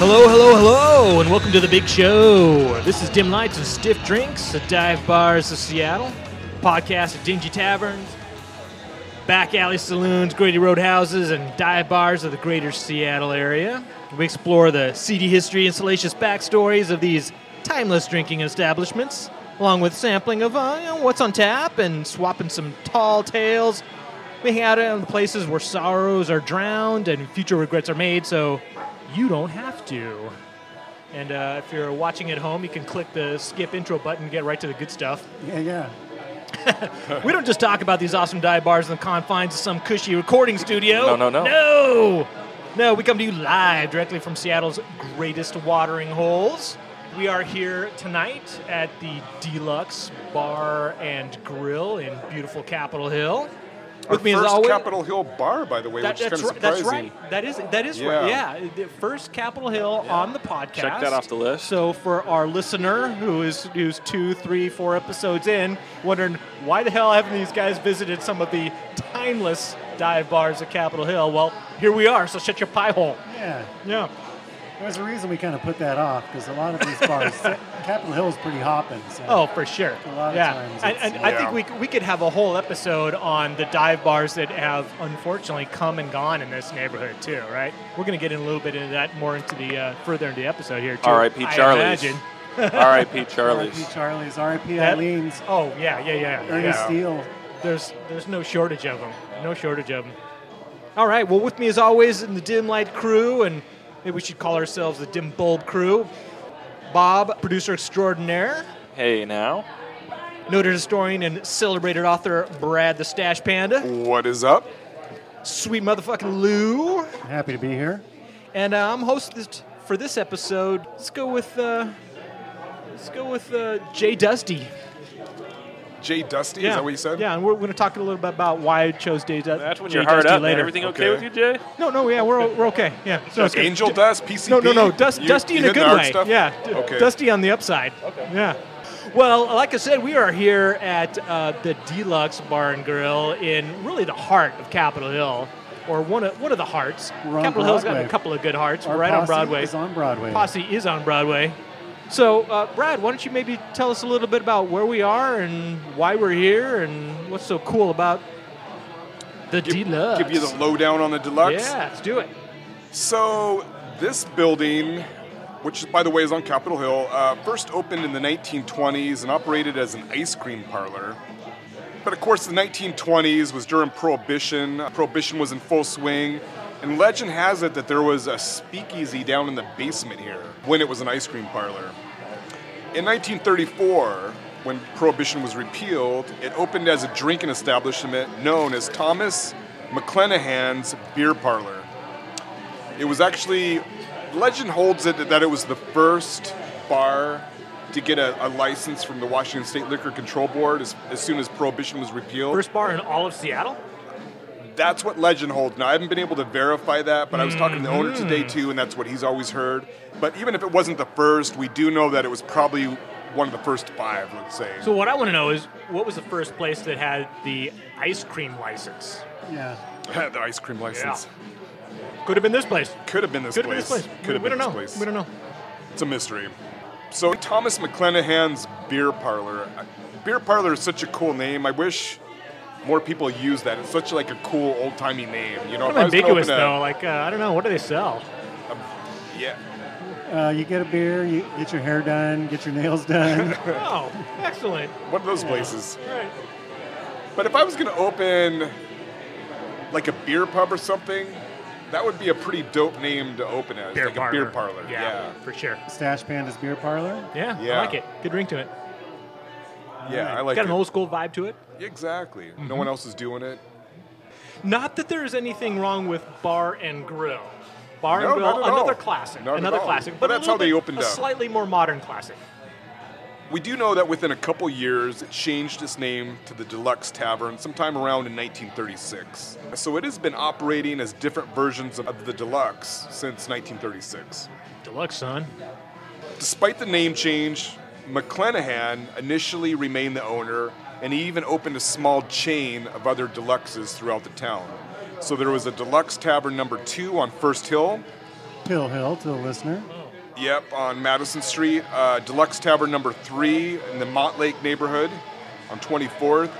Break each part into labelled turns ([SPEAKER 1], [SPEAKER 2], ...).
[SPEAKER 1] Hello, hello, hello, and welcome to the big show. This is Dim Lights and Stiff Drinks at Dive Bars of Seattle, podcast at Dingy Taverns, back alley saloons, Grady Roadhouses, and dive bars of the greater Seattle area. We explore the seedy history and salacious backstories of these timeless drinking establishments, along with sampling of uh, you know, what's on tap and swapping some tall tales. We hang out in places where sorrows are drowned and future regrets are made, so you don't have to. And uh, if you're watching at home, you can click the skip intro button and get right to the good stuff.
[SPEAKER 2] Yeah, yeah.
[SPEAKER 1] We don't just talk about these awesome dive bars in the confines of some cushy recording studio.
[SPEAKER 3] No, no, no.
[SPEAKER 1] No! No, we come to you live directly from Seattle's greatest watering holes. We are here tonight at the Deluxe Bar and Grill in beautiful Capitol Hill.
[SPEAKER 2] Our
[SPEAKER 1] With me as
[SPEAKER 2] first
[SPEAKER 1] always.
[SPEAKER 2] Capitol Hill bar, by the way,
[SPEAKER 1] That-
[SPEAKER 2] which
[SPEAKER 1] that's,
[SPEAKER 2] is kind
[SPEAKER 1] right,
[SPEAKER 2] of
[SPEAKER 1] that's
[SPEAKER 2] surprising.
[SPEAKER 1] right. That is that is right. Yeah, the first Capitol Hill on the podcast.
[SPEAKER 3] Check that off the list.
[SPEAKER 1] So for our listener who is who's two, three, four episodes in, wondering why the hell haven't these guys visited some of the timeless dive bars at Capitol Hill? Well, here we are. So shut your pie hole.
[SPEAKER 4] Yeah,
[SPEAKER 1] Yeah.
[SPEAKER 4] there's a reason we kind of put that off because a lot of these bars, Capitol Hill's pretty hopping. So.
[SPEAKER 1] Oh, for sure.
[SPEAKER 4] A lot of
[SPEAKER 1] yeah.
[SPEAKER 4] times
[SPEAKER 1] and,
[SPEAKER 4] it's-
[SPEAKER 1] and I think
[SPEAKER 2] Yeah.
[SPEAKER 1] we, c- we could have a whole episode on the dive bars that have unfortunately come and gone in this neighborhood too, right? We're going to get in a little bit into that more into the uh, further into the episode here too.
[SPEAKER 3] R.I.P.
[SPEAKER 1] I
[SPEAKER 3] Charlie's.
[SPEAKER 1] imagine.
[SPEAKER 3] R.I.P.
[SPEAKER 4] R.I.P.
[SPEAKER 3] Charlie's.
[SPEAKER 4] Charlie's, R.I.P.
[SPEAKER 1] That-
[SPEAKER 4] Eileen's,
[SPEAKER 1] Oh yeah, yeah, yeah.
[SPEAKER 4] Ernie
[SPEAKER 1] yeah.
[SPEAKER 4] Steele.
[SPEAKER 1] There's there's no shortage of them. No shortage of them. All right. Well, with me as always in the dim light crew, and maybe we should call ourselves the dim bulb crew. Bob, producer extraordinaire,
[SPEAKER 3] Hey now.
[SPEAKER 1] noted historian and celebrated author Brad the Stash Panda,
[SPEAKER 2] What is up?
[SPEAKER 1] sweet motherfucking Lou,
[SPEAKER 4] Happy to be here.
[SPEAKER 1] and uh, I'm host this, for this episode. Let's go with uh, let's go with uh, Jay Dusty.
[SPEAKER 2] Jay Dusty, is that what you said?
[SPEAKER 1] Yeah, and we're going to talk a little bit about why I chose Jay Dusty.
[SPEAKER 3] That's when
[SPEAKER 1] Jay
[SPEAKER 3] you're hard
[SPEAKER 1] Dusty
[SPEAKER 3] up. man.
[SPEAKER 1] later.
[SPEAKER 3] Everything okay.
[SPEAKER 2] Okay.
[SPEAKER 3] with you, Jay?
[SPEAKER 1] No, no, yeah, we're, we're okay. Yeah. So it's good.
[SPEAKER 2] Angel Dust, PCP.
[SPEAKER 1] No, no, no. Dust,
[SPEAKER 2] You-
[SPEAKER 1] dusty
[SPEAKER 2] you
[SPEAKER 1] in a
[SPEAKER 2] hitting
[SPEAKER 1] good
[SPEAKER 2] the hard
[SPEAKER 1] way.
[SPEAKER 2] Stuff?
[SPEAKER 1] Yeah. d-
[SPEAKER 2] Okay.
[SPEAKER 1] Dusty on the upside. Okay. Yeah. Well, like I said, we are here at uh, the Deluxe Bar and Grill in really the heart of Capitol Hill, or one of one of the hearts.
[SPEAKER 4] We're on
[SPEAKER 1] Capitol Hill's got a
[SPEAKER 4] Broadway.
[SPEAKER 1] couple of good hearts.
[SPEAKER 4] Our
[SPEAKER 1] We're right on
[SPEAKER 4] posse
[SPEAKER 1] Broadway.
[SPEAKER 4] Is on Broadway.
[SPEAKER 1] Posse is on Broadway. So, uh, Brad, why don't you maybe tell us a little bit about where we are and why we're here and what's so cool about the
[SPEAKER 2] Give,
[SPEAKER 1] Deluxe?
[SPEAKER 2] give you the lowdown on the deluxe.
[SPEAKER 1] yeah, let's do it.
[SPEAKER 2] So this building, which by the way is on Capitol Hill, uh, first opened in the 1920s and operated as an ice cream parlor. But of course, the 1920s was during Prohibition. Prohibition was in full swing, and legend has it that there was a speakeasy down in the basement here when it was an ice cream parlor. In 1934, when Prohibition was repealed, it opened as a drinking establishment known as Thomas McClenahan's Beer Parlor. It was actually, legend holds it that it was the first bar to get a, a license from the Washington State Liquor Control Board as, as soon as Prohibition was repealed.
[SPEAKER 1] First bar in all of Seattle?
[SPEAKER 2] That's what legend holds. Now, I haven't been able to verify that, but I was talking to the owner
[SPEAKER 1] Mm-hmm.
[SPEAKER 2] today too, and that's what he's always heard. But even if it wasn't the first, we do know that it was probably one of the first five, let's say.
[SPEAKER 1] So what I want to know is, what was the first place that had the ice cream license?
[SPEAKER 4] Yeah.
[SPEAKER 2] the ice cream license.
[SPEAKER 1] Could have been this place.
[SPEAKER 2] Could have been this
[SPEAKER 1] Could have been
[SPEAKER 2] place.
[SPEAKER 1] this place.
[SPEAKER 2] Could have
[SPEAKER 1] we, we don't
[SPEAKER 2] been this
[SPEAKER 1] know.
[SPEAKER 2] place.
[SPEAKER 1] We don't know.
[SPEAKER 2] It's a mystery. So Thomas McClenahan's beer parlor. Beer parlor is such a cool name. I wish more people use that. It's such like a cool old timey name. You
[SPEAKER 1] Kind of
[SPEAKER 2] know, if I was gonna
[SPEAKER 1] ambiguous
[SPEAKER 2] open a-
[SPEAKER 1] though. Like uh, I don't know. What do they sell?
[SPEAKER 2] Yeah.
[SPEAKER 4] Uh, you get a beer, you get your hair done, get your nails done.
[SPEAKER 1] Oh, excellent.
[SPEAKER 2] One of those places.
[SPEAKER 1] Right.
[SPEAKER 2] But if I was gonna open like a beer pub or something, that would be a pretty dope name to open as. like a beer parlor.
[SPEAKER 1] Yeah, for sure.
[SPEAKER 4] Stash Panda's Beer Parlor.
[SPEAKER 1] Yeah, I
[SPEAKER 2] Yeah.
[SPEAKER 1] like it. Good ring to it.
[SPEAKER 2] Yeah, I like
[SPEAKER 1] Got
[SPEAKER 2] it.
[SPEAKER 1] an old Mm-hmm. school vibe to it.
[SPEAKER 2] exactly. No one else is doing it.
[SPEAKER 1] Not that there is anything wrong with bar and grill. Bar and
[SPEAKER 2] No,
[SPEAKER 1] grill,
[SPEAKER 2] not at all.
[SPEAKER 1] another classic,
[SPEAKER 2] Not at
[SPEAKER 1] another
[SPEAKER 2] all.
[SPEAKER 1] classic. But,
[SPEAKER 2] But
[SPEAKER 1] a
[SPEAKER 2] that's
[SPEAKER 1] little
[SPEAKER 2] how they
[SPEAKER 1] bit-
[SPEAKER 2] opened
[SPEAKER 1] a
[SPEAKER 2] up.
[SPEAKER 1] Slightly more modern classic.
[SPEAKER 2] We do know that within a couple years, it changed its name to the Deluxe Tavern sometime around in 1936. So it has been operating as different versions of the Deluxe since 1936.
[SPEAKER 1] Deluxe, son.
[SPEAKER 2] Despite the name change, McClenahan initially remained the owner, and he even opened a small chain of other deluxes throughout the town. So there was a Deluxe Tavern number two on First Hill,
[SPEAKER 4] Pill Hill to the listener.
[SPEAKER 2] Yep, on Madison Street, uh, Deluxe Tavern number three in the Montlake neighborhood on 24th.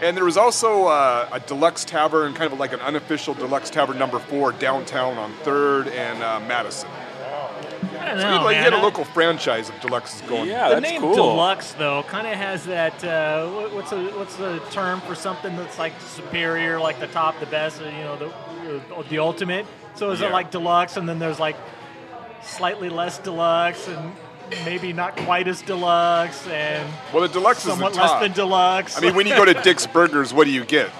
[SPEAKER 2] And there was also uh, a Deluxe Tavern, kind of like an unofficial Deluxe Tavern number four downtown on 3rd and uh, Madison.
[SPEAKER 1] I don't
[SPEAKER 2] So
[SPEAKER 1] know,
[SPEAKER 2] we like,
[SPEAKER 1] Oh, man.
[SPEAKER 2] had a
[SPEAKER 1] I-
[SPEAKER 2] local franchise of Deluxe's going.
[SPEAKER 3] Yeah,
[SPEAKER 1] the
[SPEAKER 3] that's
[SPEAKER 1] name
[SPEAKER 3] cool.
[SPEAKER 1] deluxe though kind of has that. Uh, wh- what's the what's the term for something that's like superior, like the top, the best, uh, you know, the uh, the ultimate? So is
[SPEAKER 2] Yeah.
[SPEAKER 1] it like deluxe, and then there's like slightly less deluxe, and maybe not quite as deluxe, and
[SPEAKER 2] Well, the Deluxe is the
[SPEAKER 1] somewhat
[SPEAKER 2] top.
[SPEAKER 1] less than deluxe.
[SPEAKER 2] I mean, when you go to Dick's Burgers, what do you get?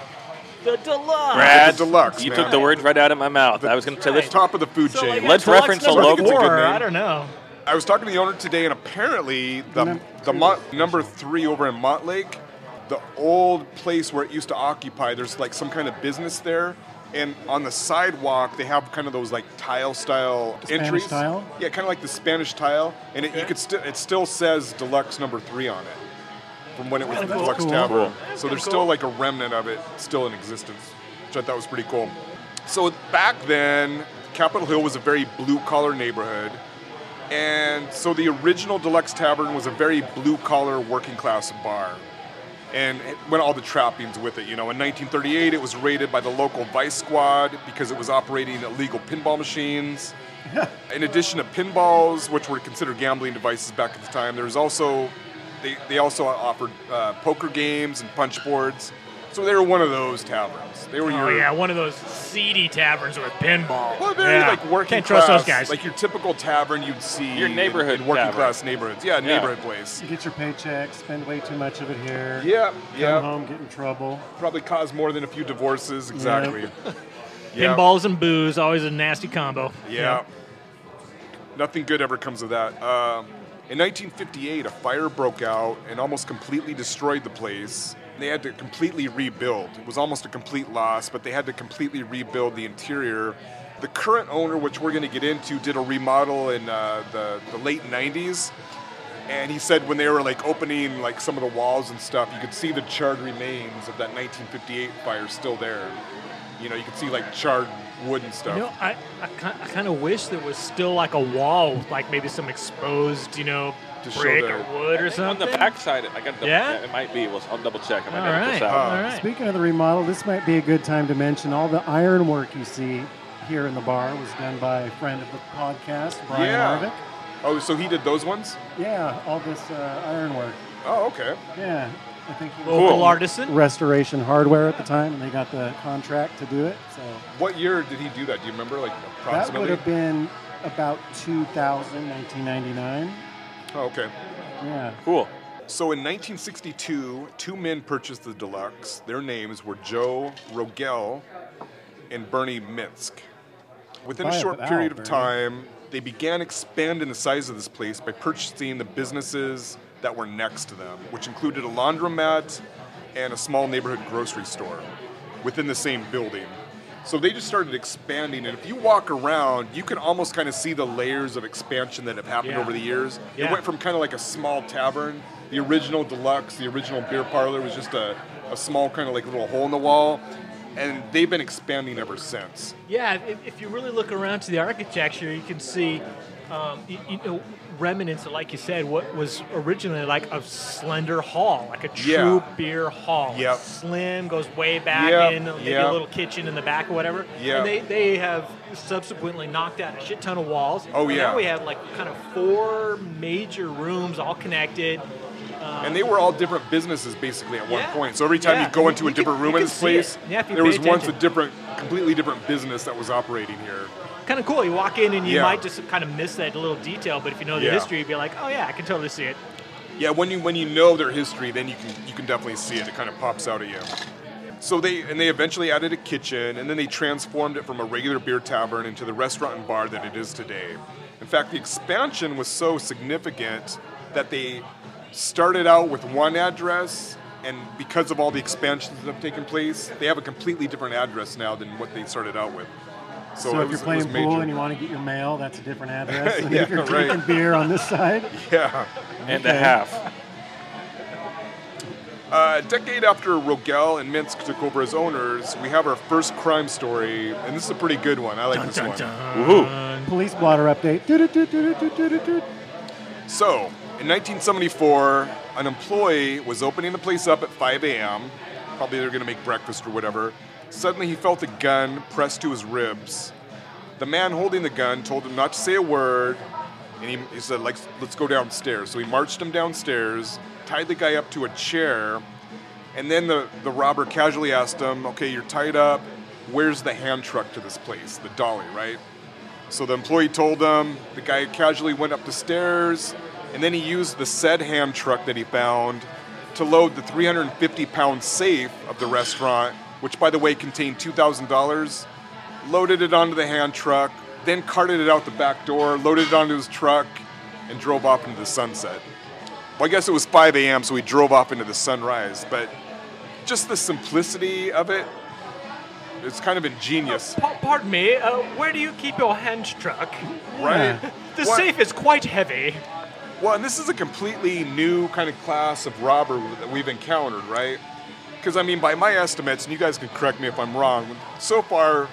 [SPEAKER 1] the deluxe.
[SPEAKER 3] Brad,
[SPEAKER 2] The deluxe,
[SPEAKER 3] you
[SPEAKER 2] man.
[SPEAKER 3] took the words right out of my mouth. I was going to say
[SPEAKER 1] right.
[SPEAKER 2] The
[SPEAKER 3] this.
[SPEAKER 2] top of the food
[SPEAKER 1] So,
[SPEAKER 2] chain.
[SPEAKER 1] like,
[SPEAKER 3] Let's
[SPEAKER 1] a deluxe
[SPEAKER 3] reference a
[SPEAKER 1] number
[SPEAKER 3] local-
[SPEAKER 1] four,
[SPEAKER 2] It's a good name.
[SPEAKER 1] I don't know.
[SPEAKER 2] I was talking to the owner today, and apparently the
[SPEAKER 4] Num-
[SPEAKER 2] the Mont, number three over in Montlake, the old place where it used to occupy, there's like some kind of business there. And on the sidewalk, they have kind of those like tile style
[SPEAKER 4] Spanish
[SPEAKER 2] entries.
[SPEAKER 4] tile?
[SPEAKER 2] Yeah, kind of like the Spanish tile, and it, you could still it still says Deluxe Number Three on it from when it was the
[SPEAKER 4] Kinda cool.
[SPEAKER 2] Deluxe
[SPEAKER 4] Cool.
[SPEAKER 2] Tavern.
[SPEAKER 1] That's
[SPEAKER 2] So
[SPEAKER 1] kinda
[SPEAKER 2] there's
[SPEAKER 1] cool.
[SPEAKER 2] still like a remnant of it still in existence, which I thought was pretty cool. So back then, Capitol Hill was a very blue collar neighborhood. And so the original Deluxe Tavern was a very blue collar working class bar. And it went all the trappings with it. You know, in 1938, it was raided by the local vice squad because it was operating illegal pinball machines. in addition to pinballs, which were considered gambling devices back at the time, there was also they, they also offered uh, poker games and punch boards. So they were one of those taverns. They were
[SPEAKER 1] Oh
[SPEAKER 2] your
[SPEAKER 1] yeah, one of those seedy taverns with pinball.
[SPEAKER 2] well, very
[SPEAKER 1] yeah.
[SPEAKER 2] like working
[SPEAKER 1] Can't trust
[SPEAKER 2] class,
[SPEAKER 1] those guys.
[SPEAKER 2] Like your typical tavern you'd see.
[SPEAKER 3] Your
[SPEAKER 2] in-
[SPEAKER 3] neighborhood
[SPEAKER 2] in, working
[SPEAKER 3] tavern.
[SPEAKER 2] class neighborhoods. Yeah, neighborhood place.
[SPEAKER 4] You get your paycheck, spend way too much of it here.
[SPEAKER 2] Yeah,
[SPEAKER 4] Come
[SPEAKER 1] Uh-huh.
[SPEAKER 2] yeah.
[SPEAKER 4] home, get in trouble.
[SPEAKER 2] Probably caused more than a few divorces. Exactly. Yeah.
[SPEAKER 1] Pinballs and booze, always a nasty combo.
[SPEAKER 2] Yeah. Nothing good ever comes of that. Um, in 1958, a fire broke out and almost completely destroyed the place. They had to completely rebuild. It was almost a complete loss, but they had to completely rebuild the interior. The current owner, which we're going to get into, did a remodel in uh, the, the late 90s. And he said when they were like opening like some of the walls and stuff, you could see the charred remains of that 1958 fire still there. You know, you could see like charred wood and stuff.
[SPEAKER 1] You know, I, I, ki- I kind of wish there was still like a wall with like maybe some exposed, you know,
[SPEAKER 2] To show
[SPEAKER 1] brick
[SPEAKER 2] the-
[SPEAKER 1] or wood or
[SPEAKER 3] On
[SPEAKER 1] something.
[SPEAKER 3] the backside, I got.
[SPEAKER 1] Yeah?
[SPEAKER 3] it might be. We'll, I'll double check. I
[SPEAKER 1] All
[SPEAKER 3] might edit
[SPEAKER 1] right,
[SPEAKER 3] this
[SPEAKER 2] Uh,
[SPEAKER 3] out.
[SPEAKER 1] all right.
[SPEAKER 4] Speaking of the remodel, this might be a good time to mention all the ironwork you see here in the bar was done by a friend of the podcast, Brian
[SPEAKER 2] Yeah.
[SPEAKER 4] Harvick.
[SPEAKER 2] Oh, so he did those ones?
[SPEAKER 4] Yeah, all this uh, ironwork.
[SPEAKER 2] Oh, okay.
[SPEAKER 4] Yeah, I think he was
[SPEAKER 1] Local
[SPEAKER 4] doing
[SPEAKER 1] artisan.
[SPEAKER 4] Restoration Hardware at the time, and they got the contract to do it. So
[SPEAKER 2] What year did he do that? Do you remember, like
[SPEAKER 4] that would
[SPEAKER 2] approximately?
[SPEAKER 4] have been about 2000, 1999.
[SPEAKER 2] oh, okay.
[SPEAKER 4] Yeah.
[SPEAKER 3] Cool.
[SPEAKER 2] So in 1962, two men purchased the deluxe. Their names were Joe Rogel and Bernie Minsk. Within
[SPEAKER 4] Buy
[SPEAKER 2] a
[SPEAKER 4] it
[SPEAKER 2] short
[SPEAKER 4] without,
[SPEAKER 2] period of
[SPEAKER 4] Bernie.
[SPEAKER 2] time, they began expanding the size of this place by purchasing the businesses that were next to them, which included a laundromat and a small neighborhood grocery store within the same building. So they just started expanding, and if you walk around, you can almost kind of see the layers of expansion that have happened
[SPEAKER 1] Yeah.
[SPEAKER 2] over the years.
[SPEAKER 1] Yeah.
[SPEAKER 2] It went from kind of like a small tavern. The original deluxe, the original beer parlor was just a, a small kind of like little hole in the wall. And they've been expanding ever since.
[SPEAKER 1] Yeah, if, if you really look around to the architecture, you can see, um, you, you know, remnants of, like you said, what was originally like a slender hall, like a true
[SPEAKER 2] Yeah.
[SPEAKER 1] beer hall.
[SPEAKER 2] Yep.
[SPEAKER 1] Slim goes way back
[SPEAKER 2] Yep,
[SPEAKER 1] in, maybe
[SPEAKER 2] yep.
[SPEAKER 1] a little kitchen in the back or whatever.
[SPEAKER 2] Yeah.
[SPEAKER 1] And they, they have subsequently knocked out a shit ton of walls.
[SPEAKER 2] Oh,
[SPEAKER 1] And
[SPEAKER 2] yeah.
[SPEAKER 1] Now we have like kind of four major rooms all connected.
[SPEAKER 2] And they were all different businesses basically at one
[SPEAKER 1] Yeah.
[SPEAKER 2] point. So every time
[SPEAKER 1] Yeah.
[SPEAKER 2] you go into
[SPEAKER 1] You
[SPEAKER 2] a
[SPEAKER 1] can-
[SPEAKER 2] different
[SPEAKER 1] you
[SPEAKER 2] room
[SPEAKER 1] can
[SPEAKER 2] in this
[SPEAKER 1] see it.
[SPEAKER 2] place,
[SPEAKER 1] Yeah, if you
[SPEAKER 2] there
[SPEAKER 1] pay
[SPEAKER 2] was once a
[SPEAKER 1] attention.
[SPEAKER 2] different, completely different business that was operating here.
[SPEAKER 1] Kind of cool. You walk in and you
[SPEAKER 2] Yeah.
[SPEAKER 1] might just kind of miss that little detail, but if you know the
[SPEAKER 2] Yeah.
[SPEAKER 1] history, you'd be like, oh yeah, I can totally see it.
[SPEAKER 2] Yeah, when you when you know their history, then you can you can definitely see it. It kind of pops out at you. So they and they eventually added a kitchen, and then they transformed it from a regular beer tavern into the restaurant and bar that it is today. In fact, the expansion was so significant that they started out with one address, and because of all the expansions that have taken place, they have a completely different address now than what they started out with.
[SPEAKER 4] So,
[SPEAKER 2] So,
[SPEAKER 4] if
[SPEAKER 2] it was,
[SPEAKER 4] you're playing
[SPEAKER 2] it was
[SPEAKER 4] pool
[SPEAKER 2] major.
[SPEAKER 4] and you want to get your mail, that's a different address. And
[SPEAKER 2] Yeah,
[SPEAKER 4] if you're
[SPEAKER 2] right.
[SPEAKER 4] drinking beer on this side,
[SPEAKER 2] yeah.
[SPEAKER 3] And a half.
[SPEAKER 2] Uh, a decade after Rogel and Minsk took over as owners, we have our first crime story, and this is a pretty good one. I like
[SPEAKER 1] Dun,
[SPEAKER 2] this
[SPEAKER 1] dun,
[SPEAKER 2] one.
[SPEAKER 1] dun.
[SPEAKER 3] Woohoo.
[SPEAKER 4] police blotter update. Doo-doo-doo-doo-doo-doo-doo-doo.
[SPEAKER 2] So, in 1974, an employee was opening the place up at 5 a.m. Probably they were going to make breakfast or whatever. Suddenly, he felt a gun pressed to his ribs. The man holding the gun told him not to say a word, and he, he said, like, let's go downstairs. So he marched him downstairs, tied the guy up to a chair, and then the, the robber casually asked him, okay, you're tied up. Where's the hand truck to this place? The dolly, right? So the employee told him, the guy casually went up the stairs, and then he used the said ham truck that he found to load the 350 pound safe of the restaurant, which by the way contained $2,000, loaded it onto the hand truck, then carted it out the back door, loaded it onto his truck, and drove off into the sunset. Well, I guess it was 5 a.m., so he drove off into the sunrise, but just the simplicity of it, it's kind of ingenious,
[SPEAKER 1] Pa- pardon me, uh, where do you keep your hand truck?
[SPEAKER 2] right?
[SPEAKER 1] The
[SPEAKER 2] What-
[SPEAKER 1] safe is quite heavy.
[SPEAKER 2] Well, and this is a completely new kind of class of robber that we've encountered, right? Because, I mean, by my estimates, and you guys can correct me if I'm wrong, so far,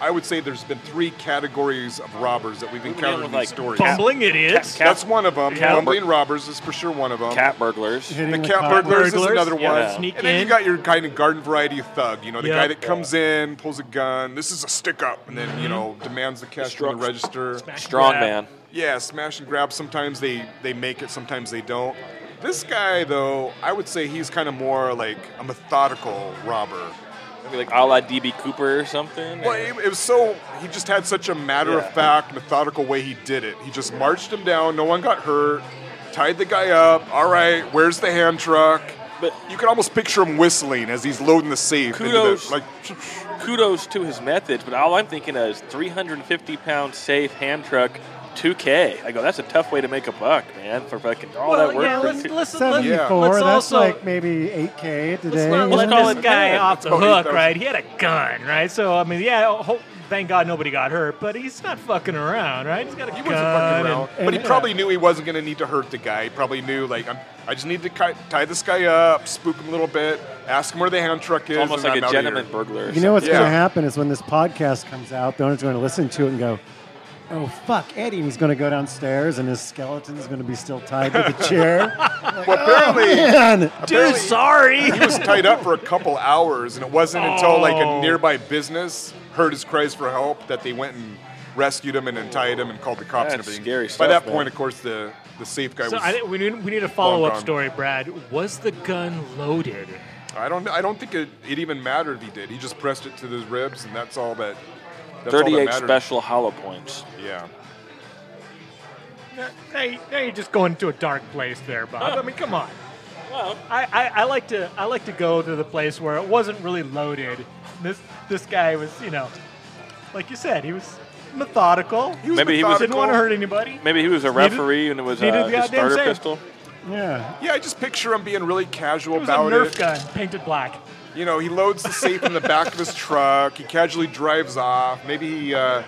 [SPEAKER 2] I would say there's been three categories of robbers that we've
[SPEAKER 3] been
[SPEAKER 2] encountered
[SPEAKER 3] dealing
[SPEAKER 2] in these
[SPEAKER 3] with, like,
[SPEAKER 2] stories.
[SPEAKER 1] Fumbling idiots.
[SPEAKER 3] cat-
[SPEAKER 2] That's one of them.
[SPEAKER 1] Yeah.
[SPEAKER 2] Bumbling robbers is for sure one of them.
[SPEAKER 3] Cat burglars.
[SPEAKER 4] Hitting
[SPEAKER 2] the cat
[SPEAKER 4] cop.
[SPEAKER 2] burglars is
[SPEAKER 1] Burglars,
[SPEAKER 2] another
[SPEAKER 1] yeah.
[SPEAKER 2] one.
[SPEAKER 1] Sneak
[SPEAKER 2] and then
[SPEAKER 1] in.
[SPEAKER 2] you got your kind of garden variety thug, you know, the
[SPEAKER 1] Yep.
[SPEAKER 2] guy that comes in, pulls a gun, this is a stick up, and
[SPEAKER 3] Mm-hmm.
[SPEAKER 2] then, you know, demands the cash from
[SPEAKER 3] Struck-
[SPEAKER 2] the register.
[SPEAKER 3] Strong
[SPEAKER 1] Yeah.
[SPEAKER 3] man.
[SPEAKER 2] Yeah, smash and grab. Sometimes they they make it, sometimes they don't. This guy, though, I would say he's kind of more like a methodical robber.
[SPEAKER 3] Maybe like a la DB Cooper or something.
[SPEAKER 2] Well, it, it was so he just had such a matter of fact, methodical way he did it. He just marched him down. No one got hurt. Tied the guy up. All right, where's the hand truck?
[SPEAKER 3] But-
[SPEAKER 2] you can almost picture him whistling as he's loading the safe. into the-
[SPEAKER 3] Kudos.
[SPEAKER 2] like,
[SPEAKER 3] Kudos to his methods, but all I'm thinking of is 350 pound safe hand truck 2K. I go, that's a tough way to make a buck, man, for fucking all
[SPEAKER 1] well,
[SPEAKER 3] that work.
[SPEAKER 1] yeah,
[SPEAKER 3] for
[SPEAKER 1] let's,
[SPEAKER 3] two-
[SPEAKER 1] let's, let's,
[SPEAKER 2] Yeah.
[SPEAKER 4] Seventy-four.
[SPEAKER 1] let's
[SPEAKER 4] That's
[SPEAKER 1] also
[SPEAKER 4] like maybe 8K
[SPEAKER 1] Let's
[SPEAKER 4] today.
[SPEAKER 1] not
[SPEAKER 4] you
[SPEAKER 1] let
[SPEAKER 4] know?
[SPEAKER 3] call
[SPEAKER 1] this
[SPEAKER 3] it
[SPEAKER 1] guy
[SPEAKER 3] good.
[SPEAKER 1] off the
[SPEAKER 2] That's about
[SPEAKER 1] hook,
[SPEAKER 2] 8,000.
[SPEAKER 1] right? He had a gun, right? So I mean, yeah. oh, ho- thank God nobody got hurt, but he's not fucking around, right? He's got a
[SPEAKER 2] He
[SPEAKER 1] gun.
[SPEAKER 2] wasn't fucking around,
[SPEAKER 1] and- uh,
[SPEAKER 2] but he probably knew he wasn't going to need to hurt the guy. He probably knew, like, I'm, I just need to ki- tie this guy up, spook him a little bit, ask him where the hand truck is.
[SPEAKER 3] it's almost
[SPEAKER 2] and
[SPEAKER 3] like
[SPEAKER 2] I'm
[SPEAKER 3] a
[SPEAKER 2] outta here.
[SPEAKER 3] gentleman burglar. or
[SPEAKER 4] You know what's going
[SPEAKER 2] Yeah.
[SPEAKER 4] to happen is when this podcast comes out, the owner's going to listen to it and go, "Oh fuck, Eddie!" And he's going to go downstairs, and his skeleton's going to be still tied to the chair.
[SPEAKER 2] Well, apparently,
[SPEAKER 4] Man,
[SPEAKER 1] Dude, sorry.
[SPEAKER 2] he was tied up for a couple hours, and it wasn't until like
[SPEAKER 1] Oh.
[SPEAKER 2] a nearby business heard his cries for help that they went and rescued him and then tied him and called the cops and
[SPEAKER 3] That's
[SPEAKER 2] everything.
[SPEAKER 3] scary
[SPEAKER 2] By
[SPEAKER 3] stuff,
[SPEAKER 2] that
[SPEAKER 3] man.
[SPEAKER 2] point, of course, the the safe guy
[SPEAKER 1] so
[SPEAKER 2] was.
[SPEAKER 1] I, think we need we need a follow up
[SPEAKER 2] gone.
[SPEAKER 1] story, Brad. Was the gun loaded?
[SPEAKER 2] I don't. I don't think it, it even mattered. If he did. He just pressed it to his ribs, and that's all that. That's all that
[SPEAKER 3] 38
[SPEAKER 2] mattered.
[SPEAKER 3] special hollow points.
[SPEAKER 2] Yeah.
[SPEAKER 1] Now, now you're just going to a dark place there, Bob. I mean, come on.
[SPEAKER 3] Well,
[SPEAKER 1] I, I, I like to I like to go to the place where it wasn't really loaded. This this guy was, you know, like you said, he was methodical.
[SPEAKER 2] He was
[SPEAKER 3] Maybe he was-
[SPEAKER 1] didn't
[SPEAKER 2] methodical.
[SPEAKER 1] want to hurt anybody.
[SPEAKER 3] maybe he was a
[SPEAKER 1] Needed-
[SPEAKER 3] referee and it was
[SPEAKER 1] needed
[SPEAKER 3] uh,
[SPEAKER 1] the
[SPEAKER 3] his
[SPEAKER 1] goddamn
[SPEAKER 3] starter
[SPEAKER 1] safe.
[SPEAKER 3] pistol.
[SPEAKER 4] yeah.
[SPEAKER 2] Yeah, I just picture him being really casual
[SPEAKER 1] It was a
[SPEAKER 2] about
[SPEAKER 1] Nerf
[SPEAKER 2] it.
[SPEAKER 1] gun painted black.
[SPEAKER 2] You know, he loads the safe in the back of his truck. He casually drives off. Maybe he uh,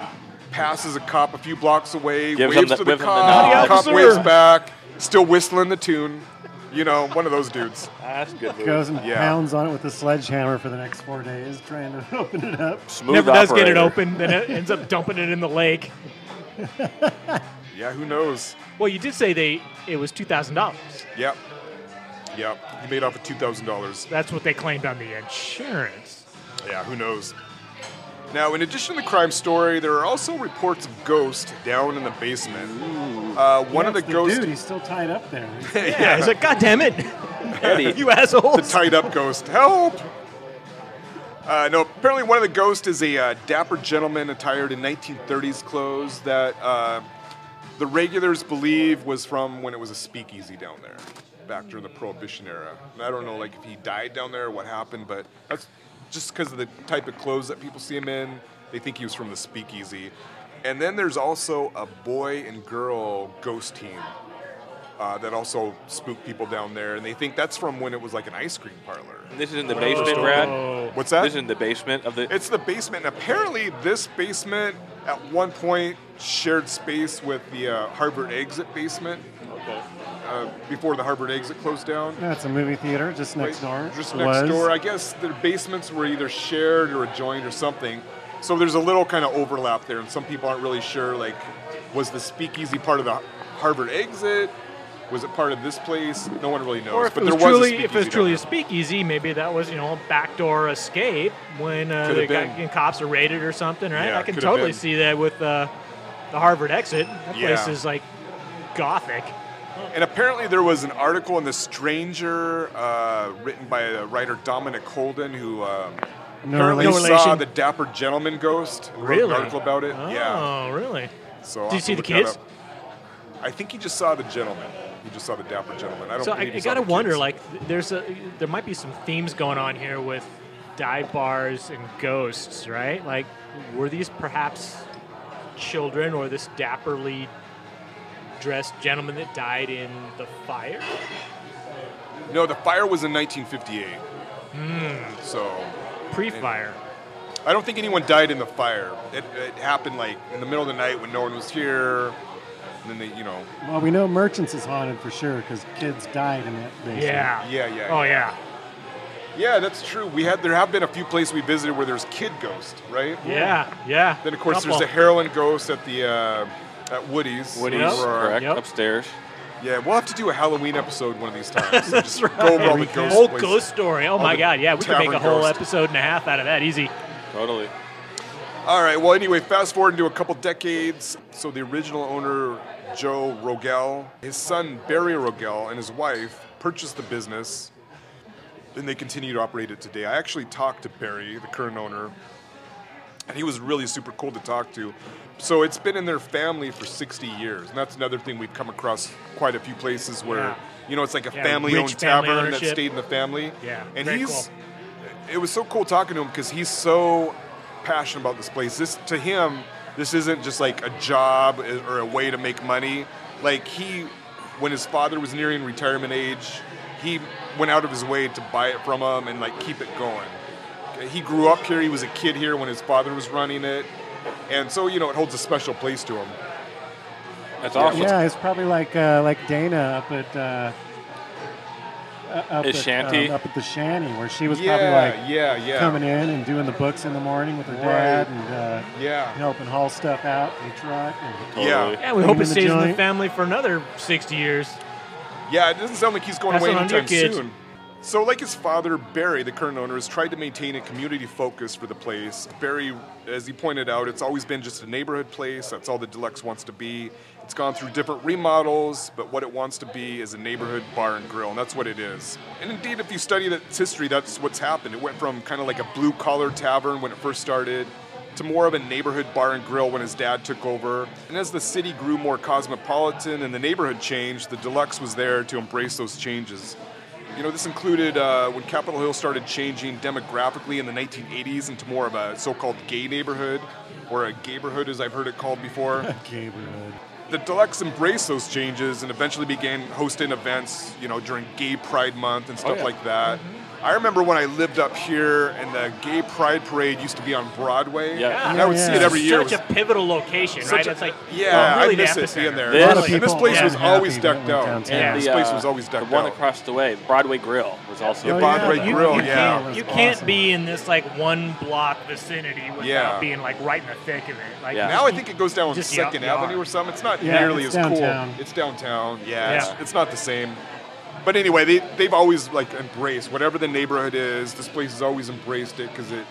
[SPEAKER 2] passes a cop a few blocks away,
[SPEAKER 3] Gives him
[SPEAKER 2] waves
[SPEAKER 3] the-
[SPEAKER 2] to the
[SPEAKER 3] give him the
[SPEAKER 2] cop.
[SPEAKER 1] nod.
[SPEAKER 2] cop
[SPEAKER 1] Officer.
[SPEAKER 2] waves back, still whistling the tune. You know, one of those dudes.
[SPEAKER 3] Ah, that's a good move.
[SPEAKER 4] Goes and
[SPEAKER 2] Yeah.
[SPEAKER 4] pounds on it with a sledgehammer for the next four days, trying to open it up.
[SPEAKER 3] Smooth
[SPEAKER 1] Never does get it
[SPEAKER 3] operator.
[SPEAKER 1] open, then it ends up dumping it in the lake.
[SPEAKER 2] Yeah, who knows?
[SPEAKER 1] Well, you did say they it was two thousand dollars.
[SPEAKER 2] Yep. Yep. He made off with $2,000.
[SPEAKER 1] That's what they claimed on the insurance.
[SPEAKER 2] Yeah, who knows? Now, in addition to the crime story, there are also reports of ghosts down in the basement. Uh, one of the,
[SPEAKER 4] That's
[SPEAKER 2] ghosts.
[SPEAKER 4] Dude, he's still tied up there.
[SPEAKER 1] Yeah, it's like, God damn it,
[SPEAKER 3] Eddie,
[SPEAKER 1] you assholes!
[SPEAKER 2] the tied up ghost. Help! Uh, no, apparently one of the ghosts is a uh, dapper gentleman attired in 1930s clothes that uh, the regulars believe was from when it was a speakeasy down there, back during the Prohibition era. And I don't know, like if he died down there, or what happened, but that's just because of the type of clothes that people see him in. They think he was from the speakeasy. And then there's also a boy and girl ghost team uh, that also spook people down there, and they think that's from when it was like an ice cream parlor.
[SPEAKER 3] this is in the basement, Brad.
[SPEAKER 1] Oh.
[SPEAKER 2] What's
[SPEAKER 3] This
[SPEAKER 2] that?
[SPEAKER 3] is in the basement of the.
[SPEAKER 2] It's the basement, and apparently this basement at one point shared space with the uh, Harvard Exit basement
[SPEAKER 3] Okay.
[SPEAKER 2] uh, before the Harvard Exit closed down.
[SPEAKER 4] That's a movie theater just next
[SPEAKER 2] Right,
[SPEAKER 4] door.
[SPEAKER 2] Just
[SPEAKER 4] It
[SPEAKER 2] next
[SPEAKER 4] was.
[SPEAKER 2] door. I guess their basements were either shared or adjoined or something. So there's a little kind of overlap there, and some people aren't really sure. Like, was the speakeasy part of the Harvard exit? Was it part of this place? No one really knows.
[SPEAKER 1] Or if
[SPEAKER 2] but
[SPEAKER 1] it was
[SPEAKER 2] there was a
[SPEAKER 1] truly, if it was
[SPEAKER 2] speakeasy
[SPEAKER 1] truly
[SPEAKER 2] down
[SPEAKER 1] a speakeasy, maybe that was you know a backdoor escape when uh,
[SPEAKER 2] Could
[SPEAKER 1] the
[SPEAKER 2] have
[SPEAKER 1] guy,
[SPEAKER 2] been.
[SPEAKER 1] cops are raided or something, right?
[SPEAKER 2] Yeah,
[SPEAKER 1] I can
[SPEAKER 2] could have
[SPEAKER 1] totally
[SPEAKER 2] been.
[SPEAKER 1] see that with uh, the Harvard exit. That place
[SPEAKER 2] Yeah.
[SPEAKER 1] is like gothic.
[SPEAKER 2] there. And apparently there was an article in The Stranger uh, written by the writer Dominic Holden who um,
[SPEAKER 4] No
[SPEAKER 2] apparently
[SPEAKER 1] relation. No
[SPEAKER 2] saw
[SPEAKER 1] relation.
[SPEAKER 2] the Dapper Gentleman ghost and wrote
[SPEAKER 1] Really?
[SPEAKER 2] an article about it.
[SPEAKER 1] Oh,
[SPEAKER 2] Yeah.
[SPEAKER 1] really?
[SPEAKER 2] So I'll
[SPEAKER 1] Did you
[SPEAKER 2] have
[SPEAKER 1] see
[SPEAKER 2] to
[SPEAKER 1] the
[SPEAKER 2] look that
[SPEAKER 1] kids?
[SPEAKER 2] up. I think he just saw the gentleman. He just saw the Dapper Gentleman. I don't
[SPEAKER 1] So I,
[SPEAKER 2] believe he
[SPEAKER 1] I
[SPEAKER 2] saw
[SPEAKER 1] gotta
[SPEAKER 2] the
[SPEAKER 1] wonder,
[SPEAKER 2] kids.
[SPEAKER 1] like, th- there's a there might be some themes going on here with dive bars and ghosts, right? Like, were these perhaps children or this dapperly dressed gentleman that died in the fire?
[SPEAKER 2] No, the fire was in 1958.
[SPEAKER 1] Hmm.
[SPEAKER 2] So
[SPEAKER 1] Pre-fire.
[SPEAKER 2] I don't think anyone died in the fire. It, it happened like in the middle of the night when no one was here. And then they, you know,
[SPEAKER 4] Well, we know Merchants is haunted for sure because kids died in it. Basically.
[SPEAKER 1] Yeah.
[SPEAKER 2] Yeah, yeah,
[SPEAKER 1] Oh yeah.
[SPEAKER 2] yeah, that's true. We had there have been a few places we visited where there's kid ghost, right?
[SPEAKER 1] Yeah. Yeah.
[SPEAKER 2] Then of course
[SPEAKER 1] Couple.
[SPEAKER 2] there's the heroin ghost at the uh, at Woody's.
[SPEAKER 3] Woody's,
[SPEAKER 1] Yep.
[SPEAKER 3] correct,
[SPEAKER 1] Yep.
[SPEAKER 3] upstairs.
[SPEAKER 2] Yeah, we'll have to do a Halloween episode one of these times.
[SPEAKER 1] That's
[SPEAKER 2] Just
[SPEAKER 1] right.
[SPEAKER 2] Go over all the ghost
[SPEAKER 1] Whole
[SPEAKER 2] places.
[SPEAKER 1] ghost story. Oh
[SPEAKER 2] All
[SPEAKER 1] my
[SPEAKER 2] the
[SPEAKER 1] god. Yeah, we could make a
[SPEAKER 2] tavern
[SPEAKER 1] whole
[SPEAKER 2] ghost.
[SPEAKER 1] episode and a half out of that. Easy.
[SPEAKER 3] Totally.
[SPEAKER 2] All right. Well, anyway, fast forward into a couple decades. So the original owner, Joe Rogel, his son Barry Rogel, and his wife purchased the business, and they continue to operate it today. I actually talked to Barry, the current owner, and he was really super cool to talk to. So it's been in their family for 60 years, and that's another thing we've come across quite a few places where
[SPEAKER 1] Yeah.
[SPEAKER 2] you know it's like a
[SPEAKER 1] Yeah,
[SPEAKER 2] family-owned
[SPEAKER 1] rich family
[SPEAKER 2] tavern that
[SPEAKER 1] ownership.
[SPEAKER 2] stayed in the family.
[SPEAKER 1] Yeah,
[SPEAKER 2] and
[SPEAKER 1] very
[SPEAKER 2] he's
[SPEAKER 1] cool.
[SPEAKER 2] it was so cool talking to him because he's so passionate about this place. This to him, this isn't just like a job or a way to make money. Like he, when his father was nearing retirement age, he went out of his way to buy it from him and like keep it going. He grew up here. He was a kid here when his father was running it, and so you know it holds a special place to him.
[SPEAKER 3] That's awesome.
[SPEAKER 4] Yeah, it's probably like uh, like Dana up at. Uh, uh, up
[SPEAKER 3] His
[SPEAKER 4] at,
[SPEAKER 3] shanty?
[SPEAKER 4] um, up at the shanty, where she was probably
[SPEAKER 2] Yeah,
[SPEAKER 4] like
[SPEAKER 2] yeah, yeah,
[SPEAKER 4] coming in and doing the books in the morning with her dad
[SPEAKER 2] Right.
[SPEAKER 4] and uh,
[SPEAKER 2] yeah.
[SPEAKER 4] helping haul stuff out in the truck. And
[SPEAKER 2] Yeah.
[SPEAKER 3] Totally.
[SPEAKER 1] Yeah, we
[SPEAKER 4] Put
[SPEAKER 1] hope
[SPEAKER 4] him
[SPEAKER 1] it
[SPEAKER 4] in the
[SPEAKER 1] stays in the
[SPEAKER 4] joint.
[SPEAKER 1] family for another 60 years.
[SPEAKER 2] Yeah, it doesn't sound like he's going
[SPEAKER 1] That's
[SPEAKER 2] away
[SPEAKER 1] what I'm
[SPEAKER 2] anytime
[SPEAKER 1] doing, kids.
[SPEAKER 2] soon. So, like his father, Barry, the current owner, has tried to maintain a community focus for the place. Barry, as he pointed out, it's always been just a neighborhood place. That's all the deluxe wants to be. It's gone through different remodels, but what it wants to be is a neighborhood bar and grill, and that's what it is. And indeed, if you study its history, that's what's happened. It went from kind of like a blue collar tavern when it first started to more of a neighborhood bar and grill when his dad took over. And as the city grew more cosmopolitan and the neighborhood changed, the deluxe was there to embrace those changes. You know, this included uh, when Capitol Hill started changing demographically in the 1980s into more of a so called gay neighborhood, or a gayborhood as I've heard it called before.
[SPEAKER 4] Gabriel.
[SPEAKER 2] the Deluxe embraced those changes and eventually began hosting events, you know, during Gay Pride Month
[SPEAKER 4] Oh,
[SPEAKER 2] and stuff
[SPEAKER 3] yeah.
[SPEAKER 2] like that.
[SPEAKER 4] Mm-hmm.
[SPEAKER 2] I remember when I lived up here and the Gay Pride Parade used to be on Broadway.
[SPEAKER 3] Yeah.
[SPEAKER 2] And I would see it every year. It
[SPEAKER 1] Such
[SPEAKER 2] was-
[SPEAKER 1] a pivotal location,
[SPEAKER 2] such
[SPEAKER 1] right?
[SPEAKER 2] a-
[SPEAKER 1] That's like oh,
[SPEAKER 2] yeah,
[SPEAKER 1] really
[SPEAKER 2] I miss
[SPEAKER 1] the
[SPEAKER 2] it being
[SPEAKER 1] epicenter.
[SPEAKER 2] there.
[SPEAKER 3] This- A lot of
[SPEAKER 2] and this
[SPEAKER 4] people
[SPEAKER 2] place
[SPEAKER 4] were
[SPEAKER 2] was
[SPEAKER 4] happy
[SPEAKER 2] always
[SPEAKER 4] that it
[SPEAKER 2] decked
[SPEAKER 4] went
[SPEAKER 2] out.
[SPEAKER 4] downtown.
[SPEAKER 1] Yeah.
[SPEAKER 2] This
[SPEAKER 3] The,
[SPEAKER 2] place
[SPEAKER 3] uh,
[SPEAKER 2] was always
[SPEAKER 3] The
[SPEAKER 2] decked
[SPEAKER 3] one
[SPEAKER 2] out.
[SPEAKER 3] across the way, Broadway Grill, was also.
[SPEAKER 2] Yeah,
[SPEAKER 4] Oh,
[SPEAKER 2] Broadway
[SPEAKER 4] yeah,
[SPEAKER 1] You,
[SPEAKER 2] Grill,
[SPEAKER 1] you
[SPEAKER 2] yeah.
[SPEAKER 1] can't,
[SPEAKER 4] That's
[SPEAKER 1] you can't
[SPEAKER 4] awesome.
[SPEAKER 1] be in this like one block vicinity without
[SPEAKER 2] Yeah.
[SPEAKER 1] being like right in the thick of it. Like
[SPEAKER 3] Yeah.
[SPEAKER 2] Now I think it goes down
[SPEAKER 1] Just
[SPEAKER 2] Second
[SPEAKER 1] the out-
[SPEAKER 2] Avenue or something. It's not
[SPEAKER 4] Yeah,
[SPEAKER 2] nearly
[SPEAKER 4] it's
[SPEAKER 2] as
[SPEAKER 4] downtown.
[SPEAKER 2] cool. It's downtown. Yeah,
[SPEAKER 1] Yeah.
[SPEAKER 2] It's, it's not the same. But anyway, they they've always like embraced whatever the neighborhood is. This place has always embraced it because it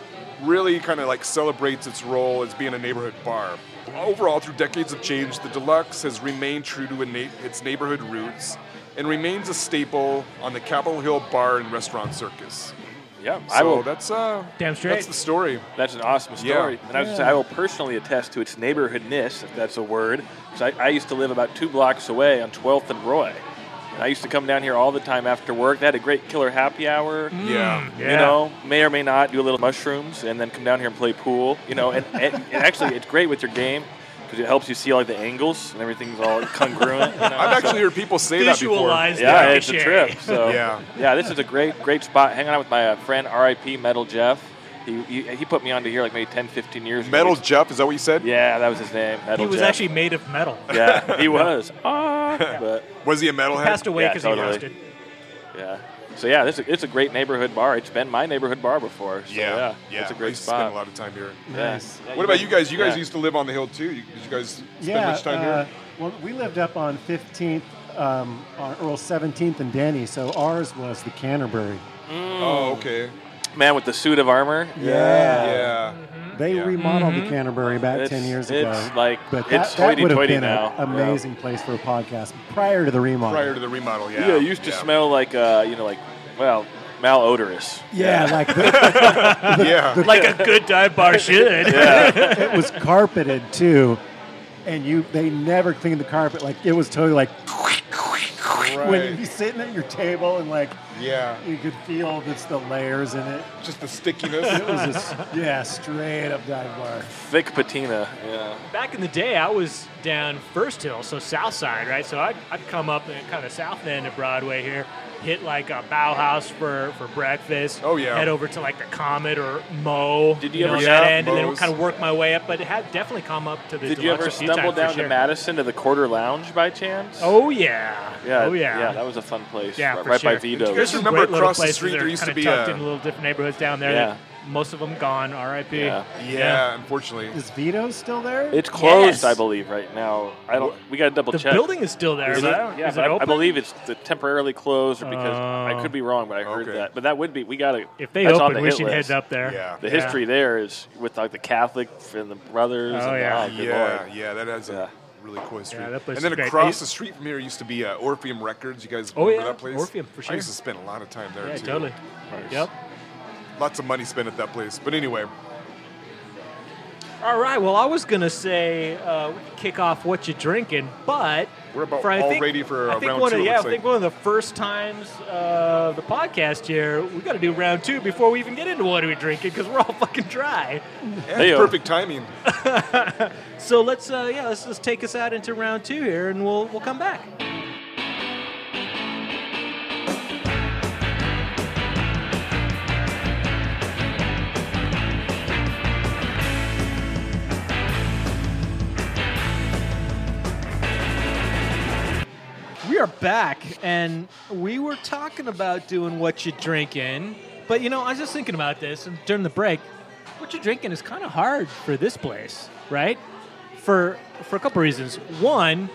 [SPEAKER 2] really kind of like celebrates its role as being a neighborhood bar. Overall, through decades of change, the Deluxe has remained true to innate- its neighborhood roots and remains a staple on the Capitol Hill bar and restaurant circus.
[SPEAKER 3] Yeah,
[SPEAKER 2] So
[SPEAKER 3] I will.
[SPEAKER 2] that's uh,
[SPEAKER 1] Damn straight.
[SPEAKER 2] That's the story.
[SPEAKER 3] That's an awesome
[SPEAKER 2] Yeah.
[SPEAKER 3] story. And I was gonna say, I will personally attest to its neighborhoodness, if that's a word. 'cause I, I used to live about two blocks away on 12th and Roy. And I used to come down here all the time after work. They had a great killer happy hour.
[SPEAKER 1] Hmm.
[SPEAKER 2] Yeah.
[SPEAKER 1] Yeah.
[SPEAKER 3] You know, may or may not do a little mushrooms and then come down here and play pool. You know, and, and, and actually, it's great with your game because it helps you see all the angles and everything's all congruent. You know?
[SPEAKER 2] I've
[SPEAKER 3] So-
[SPEAKER 2] actually heard people say that
[SPEAKER 1] visualize.
[SPEAKER 3] yeah,
[SPEAKER 1] the
[SPEAKER 3] it's a
[SPEAKER 1] ricochet.
[SPEAKER 3] trip. So
[SPEAKER 2] Yeah.
[SPEAKER 3] yeah, this is a great, great spot. Hanging out with my uh, friend R.I.P. Metal Jeff. He, he, he put me onto here like maybe 10, 15 years
[SPEAKER 2] before.
[SPEAKER 3] ago.
[SPEAKER 2] Metal Jeff, is that what you said?
[SPEAKER 3] Yeah, that was his name. Metal
[SPEAKER 1] He was
[SPEAKER 3] Jeff.
[SPEAKER 1] actually made of metal.
[SPEAKER 3] yeah, he was. Ah, but
[SPEAKER 2] Was he a metalhead?
[SPEAKER 1] Passed away
[SPEAKER 3] Yeah,
[SPEAKER 1] because
[SPEAKER 3] totally.
[SPEAKER 1] he roasted.
[SPEAKER 3] yeah, So yeah, this is, it's a great neighborhood bar. It's been my neighborhood bar before. So, yeah,
[SPEAKER 2] yeah,
[SPEAKER 3] It's a
[SPEAKER 2] I
[SPEAKER 3] great
[SPEAKER 2] used to spend
[SPEAKER 3] spot.
[SPEAKER 2] a lot of time here.
[SPEAKER 3] Yeah.
[SPEAKER 4] Nice.
[SPEAKER 3] Yeah,
[SPEAKER 2] What about you guys? You guys
[SPEAKER 3] yeah.
[SPEAKER 2] used to live on the hill too. You- Did you guys spend
[SPEAKER 4] yeah.
[SPEAKER 2] much time
[SPEAKER 4] uh,
[SPEAKER 2] here?
[SPEAKER 4] Well, we lived up on 15th, um, on Earl 17th and Denny, so ours was the Canterbury.
[SPEAKER 1] uh,
[SPEAKER 2] Oh, okay.
[SPEAKER 3] man with the suit of armor.
[SPEAKER 4] Yeah.
[SPEAKER 2] Yeah.
[SPEAKER 4] They
[SPEAKER 2] Yeah.
[SPEAKER 4] remodeled
[SPEAKER 1] Mm-hmm.
[SPEAKER 4] the Canterbury about
[SPEAKER 3] It's-
[SPEAKER 4] 10 years
[SPEAKER 3] it's
[SPEAKER 4] ago.
[SPEAKER 3] like-
[SPEAKER 4] but
[SPEAKER 3] it's
[SPEAKER 4] that, that would have
[SPEAKER 3] hoity-toity
[SPEAKER 4] been
[SPEAKER 3] now.
[SPEAKER 4] an
[SPEAKER 3] Yeah.
[SPEAKER 4] amazing place for a podcast prior to the remodel.
[SPEAKER 2] Prior to the remodel, yeah.
[SPEAKER 3] Yeah, it used to smell like uh, you know, like well, malodorous.
[SPEAKER 4] yeah, like the,
[SPEAKER 2] Yeah.
[SPEAKER 1] Like a good dive bar should.
[SPEAKER 4] it was carpeted too, and you they never cleaned the carpet. Like it was totally like when you'd be
[SPEAKER 2] Right.
[SPEAKER 4] sitting at your table and like
[SPEAKER 2] Yeah.
[SPEAKER 4] you could feel just the layers in it.
[SPEAKER 2] Just the stickiness.
[SPEAKER 4] It was just yeah, straight up dive bar.
[SPEAKER 3] Thick patina. Yeah.
[SPEAKER 1] Back in the day, I was down First Hill, so South Side, right? So I'd, I'd come up and kind of south end of Broadway here, hit like a Bauhaus for, for breakfast.
[SPEAKER 2] Oh, yeah.
[SPEAKER 1] Head over to like the Comet or Mo.
[SPEAKER 3] Did you ever-
[SPEAKER 1] know, that
[SPEAKER 2] Yeah,
[SPEAKER 1] end, and then
[SPEAKER 2] Moe's.
[SPEAKER 1] kind of work my way up? But it had definitely come up to the.
[SPEAKER 3] Did you
[SPEAKER 1] Deluxe
[SPEAKER 3] ever
[SPEAKER 1] a few
[SPEAKER 3] stumble
[SPEAKER 1] times for
[SPEAKER 3] down
[SPEAKER 1] sure.
[SPEAKER 3] to Madison to the Quarter Lounge by chance?
[SPEAKER 1] Oh yeah.
[SPEAKER 3] yeah.
[SPEAKER 1] Oh yeah.
[SPEAKER 3] Yeah, that was a fun place.
[SPEAKER 1] Yeah,
[SPEAKER 3] right
[SPEAKER 1] for
[SPEAKER 3] right by
[SPEAKER 1] sure.
[SPEAKER 3] Vito.
[SPEAKER 2] Did you guys
[SPEAKER 1] Some
[SPEAKER 2] remember
[SPEAKER 1] great little
[SPEAKER 2] across the
[SPEAKER 1] places
[SPEAKER 2] street
[SPEAKER 1] that are
[SPEAKER 2] there used to
[SPEAKER 1] kinda
[SPEAKER 2] be
[SPEAKER 1] tucked
[SPEAKER 2] a-
[SPEAKER 1] in little different neighborhoods down there.
[SPEAKER 3] Yeah.
[SPEAKER 1] that Most of them gone. R.I.P.
[SPEAKER 3] Yeah.
[SPEAKER 2] yeah, unfortunately.
[SPEAKER 4] Is Vito still there?
[SPEAKER 3] It's closed,
[SPEAKER 1] Yes.
[SPEAKER 3] I believe, right now. I don't. We got to double
[SPEAKER 1] The
[SPEAKER 3] check.
[SPEAKER 1] building is still there.
[SPEAKER 3] Is
[SPEAKER 1] but
[SPEAKER 3] it?
[SPEAKER 1] I don't-
[SPEAKER 3] yeah,
[SPEAKER 1] is
[SPEAKER 3] but
[SPEAKER 1] it
[SPEAKER 3] I- I,
[SPEAKER 1] open? Oh.
[SPEAKER 3] believe it's the temporarily closed, or because I could be wrong, but I heard
[SPEAKER 2] Okay.
[SPEAKER 3] that. But that would be. We got to.
[SPEAKER 1] If they
[SPEAKER 3] that's on
[SPEAKER 1] open,
[SPEAKER 3] the
[SPEAKER 1] we
[SPEAKER 3] hit
[SPEAKER 1] should
[SPEAKER 3] list.
[SPEAKER 1] head up there.
[SPEAKER 2] Yeah.
[SPEAKER 3] The history there is with like the Catholic and the brothers.
[SPEAKER 1] Oh,
[SPEAKER 3] and
[SPEAKER 1] yeah.
[SPEAKER 3] The, oh, good
[SPEAKER 2] Yeah,
[SPEAKER 3] lord.
[SPEAKER 2] yeah, that has a
[SPEAKER 3] Yeah.
[SPEAKER 2] really cool history.
[SPEAKER 1] Yeah, that place
[SPEAKER 2] and then
[SPEAKER 1] is great.
[SPEAKER 2] across
[SPEAKER 1] They-
[SPEAKER 2] the street from here used to be uh, Orpheum Records. You guys
[SPEAKER 1] Oh,
[SPEAKER 2] remember
[SPEAKER 1] yeah,
[SPEAKER 2] that place?
[SPEAKER 1] Orpheum, for
[SPEAKER 2] I used
[SPEAKER 1] sure.
[SPEAKER 2] to spend a lot of time there
[SPEAKER 1] Yeah,
[SPEAKER 2] too.
[SPEAKER 1] totally.
[SPEAKER 3] Nice.
[SPEAKER 1] Yep.
[SPEAKER 2] Lots of money spent at that place. But anyway,
[SPEAKER 1] All right. Well, I was gonna say uh, we could kick off what you're drinking, but
[SPEAKER 2] We're about
[SPEAKER 1] I
[SPEAKER 2] all
[SPEAKER 1] think-
[SPEAKER 2] ready for,
[SPEAKER 1] I
[SPEAKER 2] uh,
[SPEAKER 1] think
[SPEAKER 2] round
[SPEAKER 1] one
[SPEAKER 2] two,
[SPEAKER 1] Of,
[SPEAKER 2] it
[SPEAKER 1] yeah, I
[SPEAKER 2] looks
[SPEAKER 1] think
[SPEAKER 2] like.
[SPEAKER 1] one of the first times uh, the podcast here, we got to do round two before we even get into what are we drinking because we're all fucking dry.
[SPEAKER 2] yeah,
[SPEAKER 3] Heyo.
[SPEAKER 2] perfect timing.
[SPEAKER 1] So let's uh, yeah, let's just take us out into round two here, and we'll we'll come back. We are back, and we were talking about doing what you drinking. But you know, I was just thinking about this and during the break. What you drinking is kind of hard for this place, right? For for a couple reasons. One,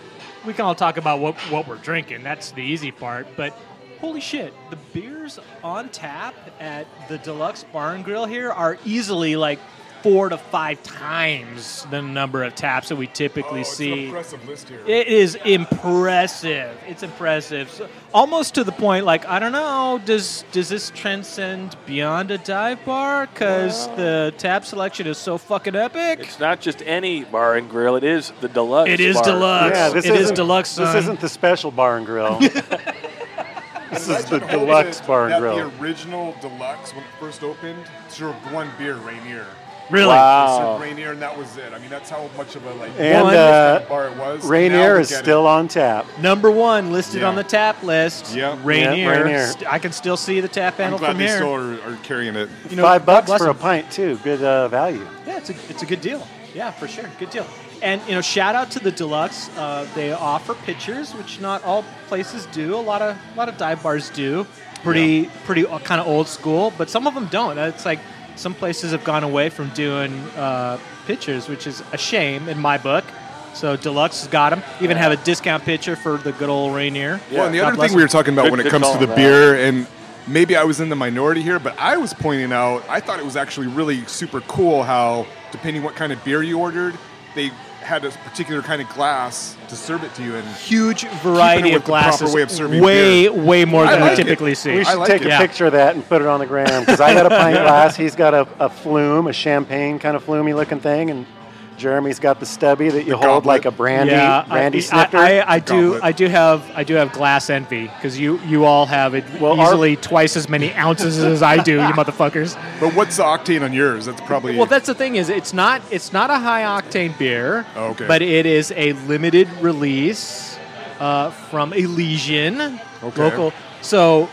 [SPEAKER 1] we can all talk about what what we're drinking. That's the easy part. But holy shit, the beers on tap at the Deluxe Bar and Grill here are easily like four to five times the number of taps that we typically
[SPEAKER 2] oh,
[SPEAKER 1] see.
[SPEAKER 2] It's an impressive list here.
[SPEAKER 1] It is impressive. It's impressive. So, almost to the point, like I don't know, does does this transcend beyond a dive bar? Because the tab selection is so fucking epic.
[SPEAKER 3] It's not just any bar and grill. It is the deluxe.
[SPEAKER 1] It is
[SPEAKER 3] bar.
[SPEAKER 1] deluxe.
[SPEAKER 4] yeah, this
[SPEAKER 1] it is
[SPEAKER 4] isn't-
[SPEAKER 1] deluxe, uh,
[SPEAKER 4] This
[SPEAKER 1] son.
[SPEAKER 4] isn't the special bar and grill. this is the
[SPEAKER 2] Imagine how
[SPEAKER 4] deluxe
[SPEAKER 2] did
[SPEAKER 4] bar and
[SPEAKER 2] that
[SPEAKER 4] grill.
[SPEAKER 2] The original deluxe when it first opened served one beer, Rainier.
[SPEAKER 1] really.
[SPEAKER 2] They
[SPEAKER 3] Wow.
[SPEAKER 2] Served Rainier, and that was it. I mean, that's how much of a like
[SPEAKER 4] And
[SPEAKER 1] One-
[SPEAKER 4] uh,
[SPEAKER 2] bar it was. Now
[SPEAKER 4] Rainier
[SPEAKER 2] we
[SPEAKER 4] is
[SPEAKER 2] get it.
[SPEAKER 4] still on tap.
[SPEAKER 1] Number one listed
[SPEAKER 2] Yeah.
[SPEAKER 1] on the tap list.
[SPEAKER 2] Yep.
[SPEAKER 1] Rainier.
[SPEAKER 4] Yep, Rainier.
[SPEAKER 1] St- I can still see the tap
[SPEAKER 2] I'm
[SPEAKER 1] handle
[SPEAKER 2] glad
[SPEAKER 1] from
[SPEAKER 2] they
[SPEAKER 1] here.
[SPEAKER 2] still are, are carrying it.
[SPEAKER 1] you know,
[SPEAKER 4] Five
[SPEAKER 1] God
[SPEAKER 4] bucks
[SPEAKER 1] bless
[SPEAKER 4] for a
[SPEAKER 1] them.
[SPEAKER 4] pint too. Good uh, value.
[SPEAKER 1] Yeah, it's a, it's a good deal. Yeah, for sure. Good deal. And, you know, shout out to the Deluxe. Uh, they offer pitchers, which not all places do. A lot of a lot of dive bars do. Pretty, pretty uh, kind of old school, but some of them don't. It's like some places have gone away from doing uh, pitchers, which is a shame in my book. So Deluxe has got them. Even have a discount pitcher for the good old Rainier.
[SPEAKER 2] Well, and the
[SPEAKER 1] God
[SPEAKER 2] other
[SPEAKER 1] bless
[SPEAKER 2] thing we
[SPEAKER 1] him.
[SPEAKER 2] were talking about
[SPEAKER 3] Good-
[SPEAKER 2] when it
[SPEAKER 3] good
[SPEAKER 2] comes
[SPEAKER 3] call
[SPEAKER 2] to the
[SPEAKER 3] on that.
[SPEAKER 2] beer, and maybe I was in the minority here, but I was pointing out, I thought it was actually really super cool how, depending what kind of beer you ordered, they had a particular kind of glass to serve it to you in.
[SPEAKER 1] huge variety
[SPEAKER 2] with
[SPEAKER 1] of
[SPEAKER 2] the proper
[SPEAKER 1] glasses.
[SPEAKER 2] way of serving
[SPEAKER 1] way, way more
[SPEAKER 2] I
[SPEAKER 1] than
[SPEAKER 2] like
[SPEAKER 1] we
[SPEAKER 2] it.
[SPEAKER 1] typically see.
[SPEAKER 4] We should
[SPEAKER 2] like
[SPEAKER 4] take
[SPEAKER 2] it.
[SPEAKER 4] a
[SPEAKER 1] Yeah.
[SPEAKER 4] picture of that and put it on the gram because I got a pint glass. He's got a, a flume, a champagne kind of flumey looking thing, and Jeremy's got the stubby that you hold
[SPEAKER 2] goblet.
[SPEAKER 4] like a brandy
[SPEAKER 1] yeah,
[SPEAKER 4] brandy
[SPEAKER 1] I,
[SPEAKER 4] snifter.
[SPEAKER 1] I, I, I do.
[SPEAKER 2] Goblet.
[SPEAKER 1] I do have. I do have glass envy because you you all have it
[SPEAKER 4] Well, our-
[SPEAKER 1] easily twice as many ounces as I do, you motherfuckers.
[SPEAKER 2] But what's the octane on yours? That's probably.
[SPEAKER 1] Well, that's the thing is it's not it's not a high octane beer,
[SPEAKER 2] Okay.
[SPEAKER 1] but it is a limited release uh, from Elysian
[SPEAKER 2] Okay.
[SPEAKER 1] local. So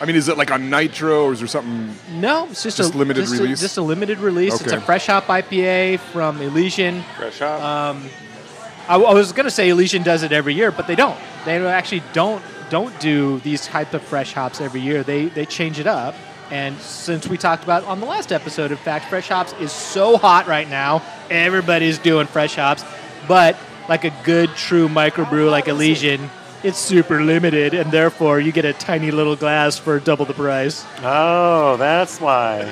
[SPEAKER 2] I mean, is it like on nitro or is there something.
[SPEAKER 1] no, it's just,
[SPEAKER 2] Just
[SPEAKER 1] a
[SPEAKER 2] limited
[SPEAKER 1] just
[SPEAKER 2] release?
[SPEAKER 1] A, just a limited release. It's a
[SPEAKER 2] Okay.
[SPEAKER 1] fresh hop IPA from Elysian.
[SPEAKER 3] Fresh up.
[SPEAKER 1] Um, I, I was gonna say Elysian does it every year, but they don't. They actually don't don't do these type of fresh hops every year. They they change it up. And since we talked about on the last episode, in fact, fresh hops is so hot right now. Everybody's doing fresh hops, but like a good true microbrew like Elysian, it's super limited, and therefore you get a tiny little glass for double the price.
[SPEAKER 4] Oh, that's why.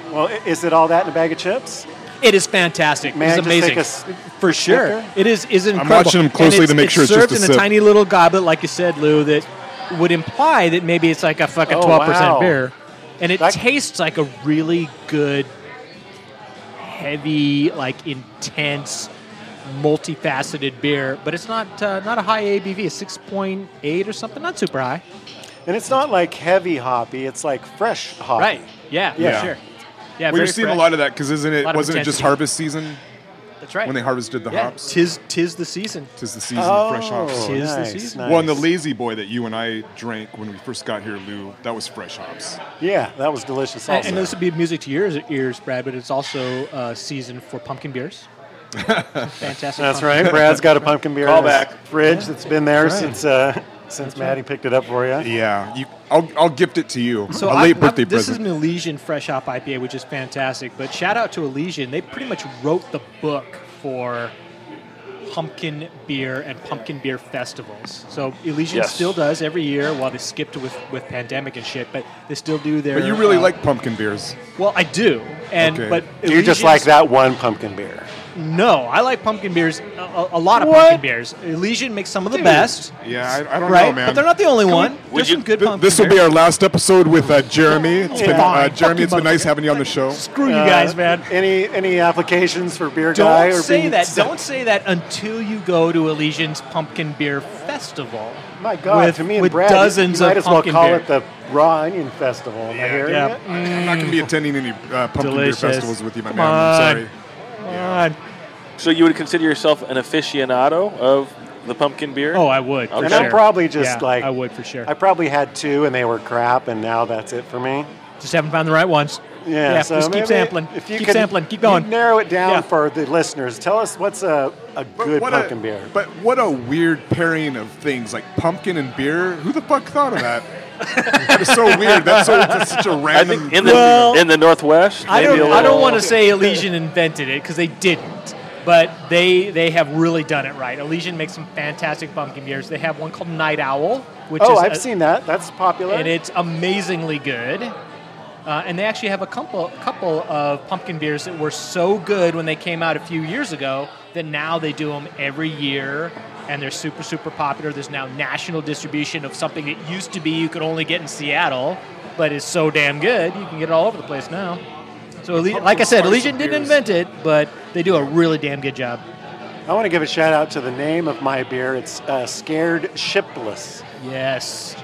[SPEAKER 4] well, i- is it all that in a bag of chips?
[SPEAKER 1] It is fantastic.
[SPEAKER 4] May
[SPEAKER 1] it's
[SPEAKER 4] I just take
[SPEAKER 1] amazing.
[SPEAKER 4] a s-
[SPEAKER 1] For sure,
[SPEAKER 4] snicker?
[SPEAKER 1] it is is incredible.
[SPEAKER 2] watching him
[SPEAKER 1] And
[SPEAKER 2] closely to make sure it's just
[SPEAKER 1] served
[SPEAKER 2] a
[SPEAKER 1] in
[SPEAKER 2] sip.
[SPEAKER 1] a tiny little goblet, like you said, Lou. That would imply that maybe it's like a fucking
[SPEAKER 4] Oh,
[SPEAKER 1] twelve percent
[SPEAKER 4] wow.
[SPEAKER 1] beer, and it
[SPEAKER 4] That-
[SPEAKER 1] tastes like a really good, heavy, like intense, multifaceted beer. But it's not uh, not a high ABV. It's six point eight or something. Not super high.
[SPEAKER 4] And it's not like heavy hoppy, it's like fresh hoppy.
[SPEAKER 1] Right? Yeah.
[SPEAKER 4] Yeah.
[SPEAKER 1] For sure. Yeah.
[SPEAKER 2] We've
[SPEAKER 1] very
[SPEAKER 2] seen a
[SPEAKER 1] fresh.
[SPEAKER 2] lot of that because isn't it?
[SPEAKER 1] Lot of
[SPEAKER 2] Wasn't it just
[SPEAKER 1] intensity.
[SPEAKER 2] harvest season
[SPEAKER 1] That's right.
[SPEAKER 2] when they harvested the
[SPEAKER 1] yeah.
[SPEAKER 2] hops?
[SPEAKER 1] Tis tis the season.
[SPEAKER 2] Tis the season
[SPEAKER 4] Oh,
[SPEAKER 2] of fresh
[SPEAKER 1] Tis
[SPEAKER 2] hops.
[SPEAKER 1] the
[SPEAKER 4] nice,
[SPEAKER 1] season.
[SPEAKER 4] nice.
[SPEAKER 2] Well, and the lazy boy that you and I drank when we first got here, Lou, that was fresh hops.
[SPEAKER 4] Yeah, that was delicious
[SPEAKER 1] And-
[SPEAKER 4] also.
[SPEAKER 1] And this would be music to your ears, Brad, but it's also uh, season for pumpkin beers. Fantastic.
[SPEAKER 4] That's
[SPEAKER 1] pumpkin.
[SPEAKER 4] right. Brad's got a pumpkin beer
[SPEAKER 3] Call
[SPEAKER 4] in his
[SPEAKER 3] back.
[SPEAKER 4] fridge that's been there since uh, since Maddie picked it up for you.
[SPEAKER 2] Yeah, you. I'll, I'll gift it to you.
[SPEAKER 1] So
[SPEAKER 2] a
[SPEAKER 1] I-
[SPEAKER 2] late
[SPEAKER 1] I-
[SPEAKER 2] birthday
[SPEAKER 1] this
[SPEAKER 2] present.
[SPEAKER 1] is an Elysian Fresh Hop IPA, which is fantastic. But shout out to Elysian. They pretty much wrote the book for pumpkin beer and pumpkin beer festivals. So Elysian
[SPEAKER 3] Yes.
[SPEAKER 1] still does every year while they skipped with, with pandemic and shit, but they still do their
[SPEAKER 2] but you really
[SPEAKER 1] uh,
[SPEAKER 2] like pumpkin beers.
[SPEAKER 1] Well, I do. And
[SPEAKER 2] Okay.
[SPEAKER 1] but
[SPEAKER 4] You
[SPEAKER 1] Elysian's-
[SPEAKER 4] just like that one pumpkin beer.
[SPEAKER 1] No, I like pumpkin beers a, a, a lot of
[SPEAKER 4] What?
[SPEAKER 1] pumpkin beers. Elysian makes some of the best.
[SPEAKER 2] Yeah, I, I don't
[SPEAKER 1] right?
[SPEAKER 2] know, man.
[SPEAKER 1] But they're not the only one.
[SPEAKER 3] would
[SPEAKER 1] There's
[SPEAKER 3] you-
[SPEAKER 1] some good
[SPEAKER 2] Th-
[SPEAKER 1] pumpkin.
[SPEAKER 2] this will be
[SPEAKER 1] beer.
[SPEAKER 2] our last episode with uh, Jeremy. It's been, uh,
[SPEAKER 1] Fine.
[SPEAKER 2] Jeremy, it's been
[SPEAKER 1] Fucking
[SPEAKER 2] nice having you on the show.
[SPEAKER 1] Screw you guys, man.
[SPEAKER 4] Uh, Any any applications for beer
[SPEAKER 1] Uh,
[SPEAKER 4] guy?
[SPEAKER 1] Don't
[SPEAKER 4] or
[SPEAKER 1] say
[SPEAKER 4] being
[SPEAKER 1] that.
[SPEAKER 4] sick?
[SPEAKER 1] Don't say that until you go to Elysian's Pumpkin Beer Festival.
[SPEAKER 4] My God,
[SPEAKER 1] with,
[SPEAKER 4] to me and
[SPEAKER 1] with
[SPEAKER 4] Brad, you-
[SPEAKER 1] dozens
[SPEAKER 4] you
[SPEAKER 1] of
[SPEAKER 4] might as well
[SPEAKER 1] pumpkin
[SPEAKER 4] call
[SPEAKER 1] beer.
[SPEAKER 4] it the Raw Onion Festival. Am I hearing
[SPEAKER 1] yeah.
[SPEAKER 4] it?
[SPEAKER 2] I- I'm not going to be attending any uh, pumpkin
[SPEAKER 1] Delicious.
[SPEAKER 2] beer festivals with you, my
[SPEAKER 1] Come
[SPEAKER 2] man.
[SPEAKER 1] on.
[SPEAKER 2] I'm sorry.
[SPEAKER 1] God.
[SPEAKER 3] So you would consider yourself an aficionado of the pumpkin beer?
[SPEAKER 1] Oh, I would. For
[SPEAKER 3] And
[SPEAKER 4] And
[SPEAKER 1] sure.
[SPEAKER 4] I'm probably just
[SPEAKER 1] Yeah,
[SPEAKER 4] like
[SPEAKER 1] I would for sure.
[SPEAKER 4] I probably had two and they were crap, and now that's it for me.
[SPEAKER 1] just haven't found the right ones.
[SPEAKER 4] Yeah, so
[SPEAKER 1] just
[SPEAKER 4] maybe
[SPEAKER 1] keep sampling.
[SPEAKER 4] If you
[SPEAKER 1] keep
[SPEAKER 4] could
[SPEAKER 1] sampling. Keep going.
[SPEAKER 4] Narrow it down
[SPEAKER 1] Yeah.
[SPEAKER 4] for the listeners. Tell us what's a, a good
[SPEAKER 2] what
[SPEAKER 4] pumpkin
[SPEAKER 2] a,
[SPEAKER 4] beer.
[SPEAKER 2] But what a weird pairing of things like pumpkin and beer. Who the fuck thought of that? that is so weird. That's, so, that's such a
[SPEAKER 3] I
[SPEAKER 2] random.
[SPEAKER 3] think in the
[SPEAKER 1] Well,
[SPEAKER 3] in the Northwest,
[SPEAKER 1] I
[SPEAKER 3] maybe
[SPEAKER 1] don't.
[SPEAKER 3] a little,
[SPEAKER 1] I don't want to say Elysian invented it because they didn't, but they they have really done it right. Elysian makes some fantastic pumpkin beers. They have one called Night Owl, which
[SPEAKER 4] oh,
[SPEAKER 1] is
[SPEAKER 4] I've
[SPEAKER 1] a-
[SPEAKER 4] seen that. That's popular.
[SPEAKER 1] and it's amazingly good. Uh, and they actually have a couple couple of pumpkin beers that were so good when they came out a few years ago that now they do them every year, and they're super super popular. There's now national distribution of something that used to be you could only get in Seattle, but is so damn good you can get it all over the place now. So, Ele- like I said,
[SPEAKER 2] spice
[SPEAKER 1] Elysian didn't
[SPEAKER 2] beers.
[SPEAKER 1] invent it, but they do a really damn good job.
[SPEAKER 4] I want to give a shout out to the name of my beer. It's uh, Scared Shipless.
[SPEAKER 1] Yes.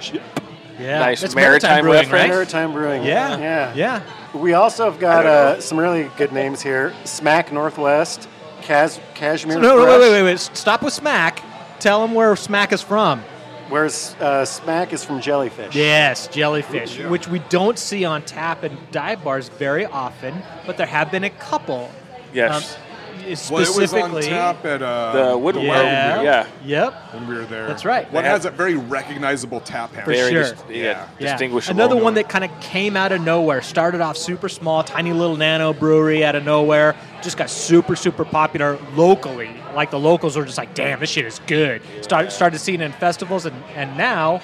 [SPEAKER 1] Yeah.
[SPEAKER 3] Nice
[SPEAKER 1] That's
[SPEAKER 3] maritime
[SPEAKER 1] brewing,
[SPEAKER 3] reference.
[SPEAKER 1] right?
[SPEAKER 4] Maritime Brewing.
[SPEAKER 1] Yeah.
[SPEAKER 4] yeah,
[SPEAKER 1] Yeah.
[SPEAKER 4] We also have got uh, some really good names here. Smack Northwest, Cas- Cashmere.
[SPEAKER 1] No, no,
[SPEAKER 4] Crush.
[SPEAKER 1] wait, wait, wait, wait. Stop with Smack. Tell them where Smack is from.
[SPEAKER 4] Where's uh, Smack is from Jellyfish.
[SPEAKER 1] Yes, jellyfish,
[SPEAKER 2] Ooh, yeah.
[SPEAKER 1] which we don't see on tap in dive bars very often, but there have been a couple.
[SPEAKER 3] Yes.
[SPEAKER 1] Um,
[SPEAKER 2] well, it was
[SPEAKER 1] specifically.
[SPEAKER 2] on tap at uh,
[SPEAKER 3] The Woodward.
[SPEAKER 1] Yeah.
[SPEAKER 2] Wild
[SPEAKER 3] Yeah.
[SPEAKER 1] Yep.
[SPEAKER 2] Beer when we were there.
[SPEAKER 1] That's right.
[SPEAKER 2] One
[SPEAKER 3] They
[SPEAKER 2] has a
[SPEAKER 3] had-
[SPEAKER 2] very recognizable tap
[SPEAKER 1] For
[SPEAKER 2] handle.
[SPEAKER 3] very
[SPEAKER 1] sure.
[SPEAKER 3] Dis- yeah,
[SPEAKER 2] Yeah.
[SPEAKER 1] Yeah.
[SPEAKER 3] distinguishable.
[SPEAKER 1] Another one that kind of came out of nowhere. Started off super small, tiny little nano brewery out of nowhere. Just got super, super popular locally. Like the locals were just like, damn, this shit is good. Started started seeing it in festivals, and, and now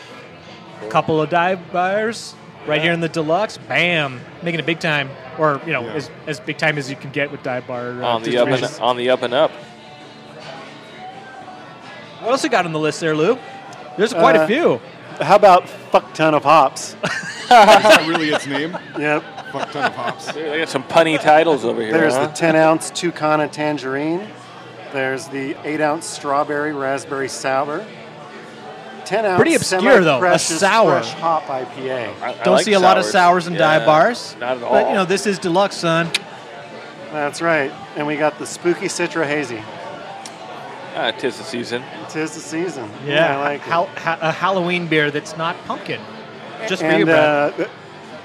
[SPEAKER 1] a couple of dive bars right here in the deluxe. Bam, making a big time, or you know,
[SPEAKER 2] Yeah.
[SPEAKER 1] as, as big time as you can get with dive bar. Uh,
[SPEAKER 3] on the up and
[SPEAKER 1] distributions.
[SPEAKER 3] on the up and up.
[SPEAKER 1] What else you got on the list there, Lou? There's quite a
[SPEAKER 4] Uh,
[SPEAKER 1] few.
[SPEAKER 4] How about fuck ton of hops?
[SPEAKER 2] Is that really its name?
[SPEAKER 4] yep.
[SPEAKER 2] Fuck ton of hops.
[SPEAKER 3] Dude, They got some punny titles over here.
[SPEAKER 4] There's
[SPEAKER 3] huh?
[SPEAKER 4] the 10 ounce Tucana tangerine. There's the 8 ounce strawberry raspberry sour. 10 ounce
[SPEAKER 1] Pretty obscure,
[SPEAKER 4] semi-precious
[SPEAKER 1] though, a sour.
[SPEAKER 4] fresh hop IPA.
[SPEAKER 3] I- I
[SPEAKER 1] Don't
[SPEAKER 3] like
[SPEAKER 1] see a lot of sours in dive
[SPEAKER 3] Yeah,
[SPEAKER 1] bars.
[SPEAKER 3] Not at all.
[SPEAKER 1] But you know, this is deluxe, son.
[SPEAKER 4] That's right. And we got the spooky Citra hazy.
[SPEAKER 3] ah, tis the season.
[SPEAKER 4] Tis the season. I like it.
[SPEAKER 1] Hal- ha- a Halloween beer that's not pumpkin. Just for you,
[SPEAKER 4] and
[SPEAKER 1] Brad.
[SPEAKER 4] uh,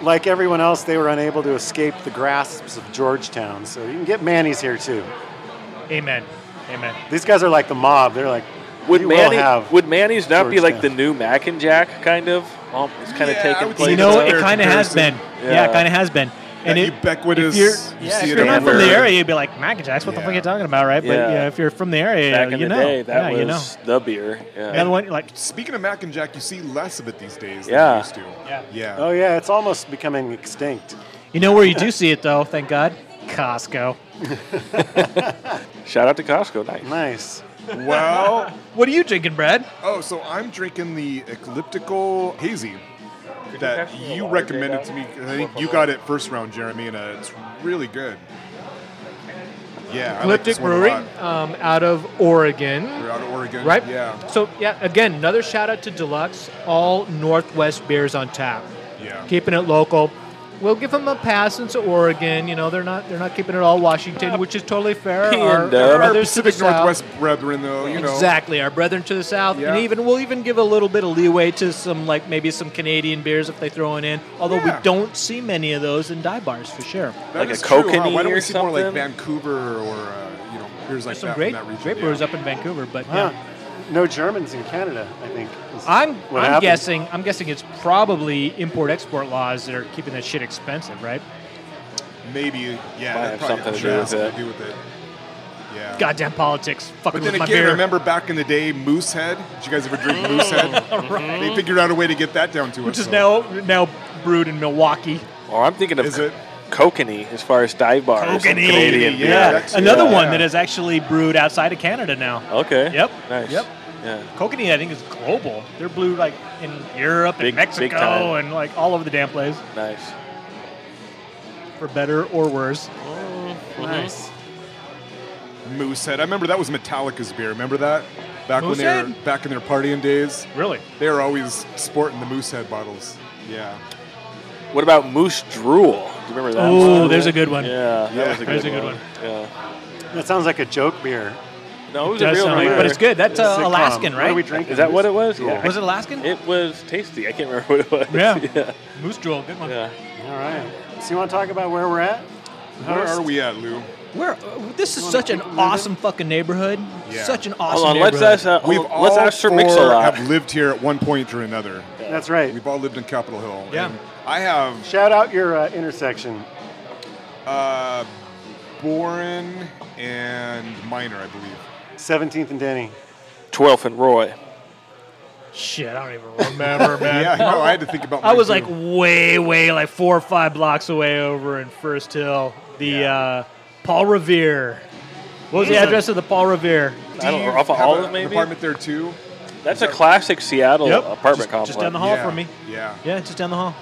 [SPEAKER 4] like everyone else, they were unable to escape the grasps of Georgetown. So you can get Manny's here too.
[SPEAKER 1] uh, Amen. Amen.
[SPEAKER 4] These guys are like the mob. They're like,
[SPEAKER 3] Would
[SPEAKER 4] You will
[SPEAKER 3] Manny
[SPEAKER 4] have
[SPEAKER 3] would Manny's not be like the
[SPEAKER 4] Georgetown.
[SPEAKER 3] new Mac and Jack kind of? Well, it's kind of
[SPEAKER 2] Yeah, I
[SPEAKER 3] taken
[SPEAKER 2] would
[SPEAKER 3] place.
[SPEAKER 2] say
[SPEAKER 1] you know,
[SPEAKER 2] that's
[SPEAKER 1] it
[SPEAKER 2] a fair
[SPEAKER 1] kind of has been.
[SPEAKER 2] comparison.
[SPEAKER 1] Yeah,
[SPEAKER 3] Yeah.
[SPEAKER 1] it kind of has been. And
[SPEAKER 2] That
[SPEAKER 1] it,
[SPEAKER 2] ubiquitous.
[SPEAKER 1] if you're,
[SPEAKER 2] you
[SPEAKER 1] yeah,
[SPEAKER 2] see
[SPEAKER 1] if
[SPEAKER 2] it
[SPEAKER 1] you're not from the
[SPEAKER 2] everywhere.
[SPEAKER 1] area, you'd be like Macintosh. What the
[SPEAKER 2] Yeah.
[SPEAKER 1] fuck are you talking about, right? But
[SPEAKER 3] Yeah.
[SPEAKER 1] yeah, if you're from the area,
[SPEAKER 3] back in
[SPEAKER 1] you
[SPEAKER 3] the
[SPEAKER 1] know,
[SPEAKER 3] day. That
[SPEAKER 1] yeah,
[SPEAKER 3] was
[SPEAKER 1] you know.
[SPEAKER 3] the beer.
[SPEAKER 1] Another
[SPEAKER 3] Yeah.
[SPEAKER 1] one, like
[SPEAKER 2] Speaking of Mac and Jack, you see less of it these days
[SPEAKER 3] Yeah.
[SPEAKER 2] than you used to.
[SPEAKER 1] Yeah.
[SPEAKER 2] Yeah.
[SPEAKER 4] Oh yeah, it's almost becoming extinct.
[SPEAKER 1] you know where you do see it though. Thank God, Costco.
[SPEAKER 3] Shout out to Costco. Nice.
[SPEAKER 4] Nice.
[SPEAKER 2] Well,
[SPEAKER 1] What are you drinking, Brad?
[SPEAKER 2] oh, so I'm drinking the elliptical hazy that
[SPEAKER 3] pass me the
[SPEAKER 2] you
[SPEAKER 3] water,
[SPEAKER 2] recommended
[SPEAKER 3] Dave?
[SPEAKER 2] to me. I think you got it first round, Jeremy, and uh, it's really good. Yeah. I like
[SPEAKER 1] Elliptic
[SPEAKER 2] this one a
[SPEAKER 1] Brewery,
[SPEAKER 2] lot.
[SPEAKER 1] um, out of Oregon.
[SPEAKER 2] They're out of Oregon.
[SPEAKER 1] right?
[SPEAKER 2] Yeah.
[SPEAKER 1] So yeah, again, another shout out to Deluxe. All Northwest beers on tap,
[SPEAKER 2] Yeah.
[SPEAKER 1] keeping it local. We'll give them a pass into Oregon. You know, they're not they're not keeping it all Washington, which is totally fair.
[SPEAKER 3] P&W.
[SPEAKER 1] Our,
[SPEAKER 3] They're
[SPEAKER 1] our
[SPEAKER 2] Our
[SPEAKER 1] brothers to the
[SPEAKER 2] uh, Pacific
[SPEAKER 1] uh, south-
[SPEAKER 2] Northwest brethren, though, you know.
[SPEAKER 1] Exactly, our brethren to the south,
[SPEAKER 2] Yeah.
[SPEAKER 1] and even we'll even give a little bit of leeway to some like maybe some Canadian beers if they throw it in. Although
[SPEAKER 2] Yeah.
[SPEAKER 1] we don't see many of those in dive bars for sure.
[SPEAKER 2] That
[SPEAKER 3] Like a
[SPEAKER 2] is true, huh?
[SPEAKER 3] Kokanee
[SPEAKER 2] Why don't
[SPEAKER 3] or
[SPEAKER 2] we see more like
[SPEAKER 3] something?
[SPEAKER 2] Vancouver or, uh, you know, beers like
[SPEAKER 1] There's some
[SPEAKER 2] that
[SPEAKER 1] great
[SPEAKER 2] from that region?
[SPEAKER 1] great
[SPEAKER 2] yeah.
[SPEAKER 1] brewers up in Vancouver, but
[SPEAKER 4] Huh.
[SPEAKER 1] yeah.
[SPEAKER 4] No Germans in Canada, I think. is
[SPEAKER 1] I'm,
[SPEAKER 4] what
[SPEAKER 1] I'm
[SPEAKER 4] happened.
[SPEAKER 1] guessing I'm guessing it's probably import export laws that are keeping that shit expensive, right?
[SPEAKER 2] Maybe, yeah,
[SPEAKER 3] Might
[SPEAKER 2] that
[SPEAKER 3] have
[SPEAKER 2] probably
[SPEAKER 3] something to
[SPEAKER 2] sure
[SPEAKER 3] do
[SPEAKER 2] has
[SPEAKER 3] with
[SPEAKER 2] something
[SPEAKER 3] it.
[SPEAKER 2] to do with it. Yeah.
[SPEAKER 1] Goddamn politics fucking
[SPEAKER 2] But then
[SPEAKER 1] with my
[SPEAKER 2] again,
[SPEAKER 1] beer. Mm.
[SPEAKER 2] remember back in the day, Moosehead? Did you guys ever drink Moosehead? They figured out a way to get that down to us.
[SPEAKER 1] Which is
[SPEAKER 2] so.
[SPEAKER 1] now now brewed in Milwaukee.
[SPEAKER 3] Or I'm thinking of
[SPEAKER 2] Is it?
[SPEAKER 3] Kokanee as far as dive bars. and
[SPEAKER 1] Kokanee,
[SPEAKER 3] Canadian
[SPEAKER 2] yeah,
[SPEAKER 3] beer.
[SPEAKER 2] that's-
[SPEAKER 1] Another
[SPEAKER 2] yeah.
[SPEAKER 1] one that is actually brewed outside of Canada now.
[SPEAKER 3] Okay.
[SPEAKER 1] Yep.
[SPEAKER 3] Nice.
[SPEAKER 1] Yep.
[SPEAKER 3] Yeah.
[SPEAKER 1] Kokanee, I think, is global. They're brewed like in Europe
[SPEAKER 3] Big-
[SPEAKER 1] and
[SPEAKER 3] big
[SPEAKER 1] Mexico
[SPEAKER 3] time.
[SPEAKER 1] and like all over the damn place,
[SPEAKER 3] Nice.
[SPEAKER 1] for better or worse.
[SPEAKER 4] Oh, nice.
[SPEAKER 2] Moosehead. I remember that was Metallica's beer. Remember that? Back when they were
[SPEAKER 1] Moosehead?
[SPEAKER 2] back in their partying days,
[SPEAKER 1] Really?
[SPEAKER 2] they were always sporting the Moosehead bottles. Yeah.
[SPEAKER 3] What about Moose Drool? Do you remember that?
[SPEAKER 1] Ooh,
[SPEAKER 3] one?
[SPEAKER 1] there's a good one.
[SPEAKER 3] Yeah, that
[SPEAKER 2] Yeah.
[SPEAKER 3] was a good,
[SPEAKER 1] There's a good
[SPEAKER 3] one.
[SPEAKER 1] one.
[SPEAKER 3] Yeah.
[SPEAKER 4] That sounds like a joke beer.
[SPEAKER 3] No, it was a
[SPEAKER 1] Does
[SPEAKER 3] real
[SPEAKER 1] sound like-
[SPEAKER 3] beer.
[SPEAKER 1] but it's good. That's uh,
[SPEAKER 4] Sitcom.
[SPEAKER 1] Alaskan,
[SPEAKER 4] What are we
[SPEAKER 1] right?
[SPEAKER 4] drinking?
[SPEAKER 3] Is that what it was? Yeah.
[SPEAKER 1] Was it Alaskan?
[SPEAKER 3] It was tasty. I can't remember what it was.
[SPEAKER 1] Yeah.
[SPEAKER 3] yeah.
[SPEAKER 1] Moose Drool, good one.
[SPEAKER 3] Yeah.
[SPEAKER 4] All right. So you want to talk about where we're at?
[SPEAKER 2] Where
[SPEAKER 4] Host?
[SPEAKER 2] are we at, Lou?
[SPEAKER 1] Where uh, this is
[SPEAKER 4] wanna
[SPEAKER 1] such an
[SPEAKER 4] keep it moving?
[SPEAKER 1] awesome fucking neighborhood.
[SPEAKER 2] Yeah.
[SPEAKER 1] Such an awesome.
[SPEAKER 3] Hold on. Let's
[SPEAKER 1] neighborhood.
[SPEAKER 3] ask. Uh,
[SPEAKER 2] We've all
[SPEAKER 3] let's ask Sir
[SPEAKER 2] four
[SPEAKER 3] Mix a lot.
[SPEAKER 2] have lived here at one point or another.
[SPEAKER 4] That's right.
[SPEAKER 2] We've all lived in Capitol Hill.
[SPEAKER 1] Yeah.
[SPEAKER 2] and I have
[SPEAKER 4] Shout out your uh, intersection.
[SPEAKER 2] uh, Boren and Minor, I believe.
[SPEAKER 4] 17th and Denny.
[SPEAKER 3] Twelfth and Roy.
[SPEAKER 1] Shit, I don't even remember, man.
[SPEAKER 2] Yeah, no, I had to think about.
[SPEAKER 1] I
[SPEAKER 2] mine,
[SPEAKER 1] was
[SPEAKER 2] too.
[SPEAKER 1] like way, way, like four or five blocks away over in First Hill. The uh, Paul Revere. What was the
[SPEAKER 3] Yeah.
[SPEAKER 1] address of the Paul Revere?
[SPEAKER 3] I don't know.
[SPEAKER 2] Steve
[SPEAKER 3] Off of
[SPEAKER 2] have
[SPEAKER 3] all
[SPEAKER 2] a-
[SPEAKER 3] of
[SPEAKER 2] an
[SPEAKER 3] maybe.
[SPEAKER 2] apartment there too.
[SPEAKER 3] That's a classic Seattle
[SPEAKER 1] Yep.
[SPEAKER 3] apartment complex.
[SPEAKER 1] Just down the hall
[SPEAKER 2] yeah.
[SPEAKER 1] from me.
[SPEAKER 2] Yeah.
[SPEAKER 1] Yeah, just down the hall.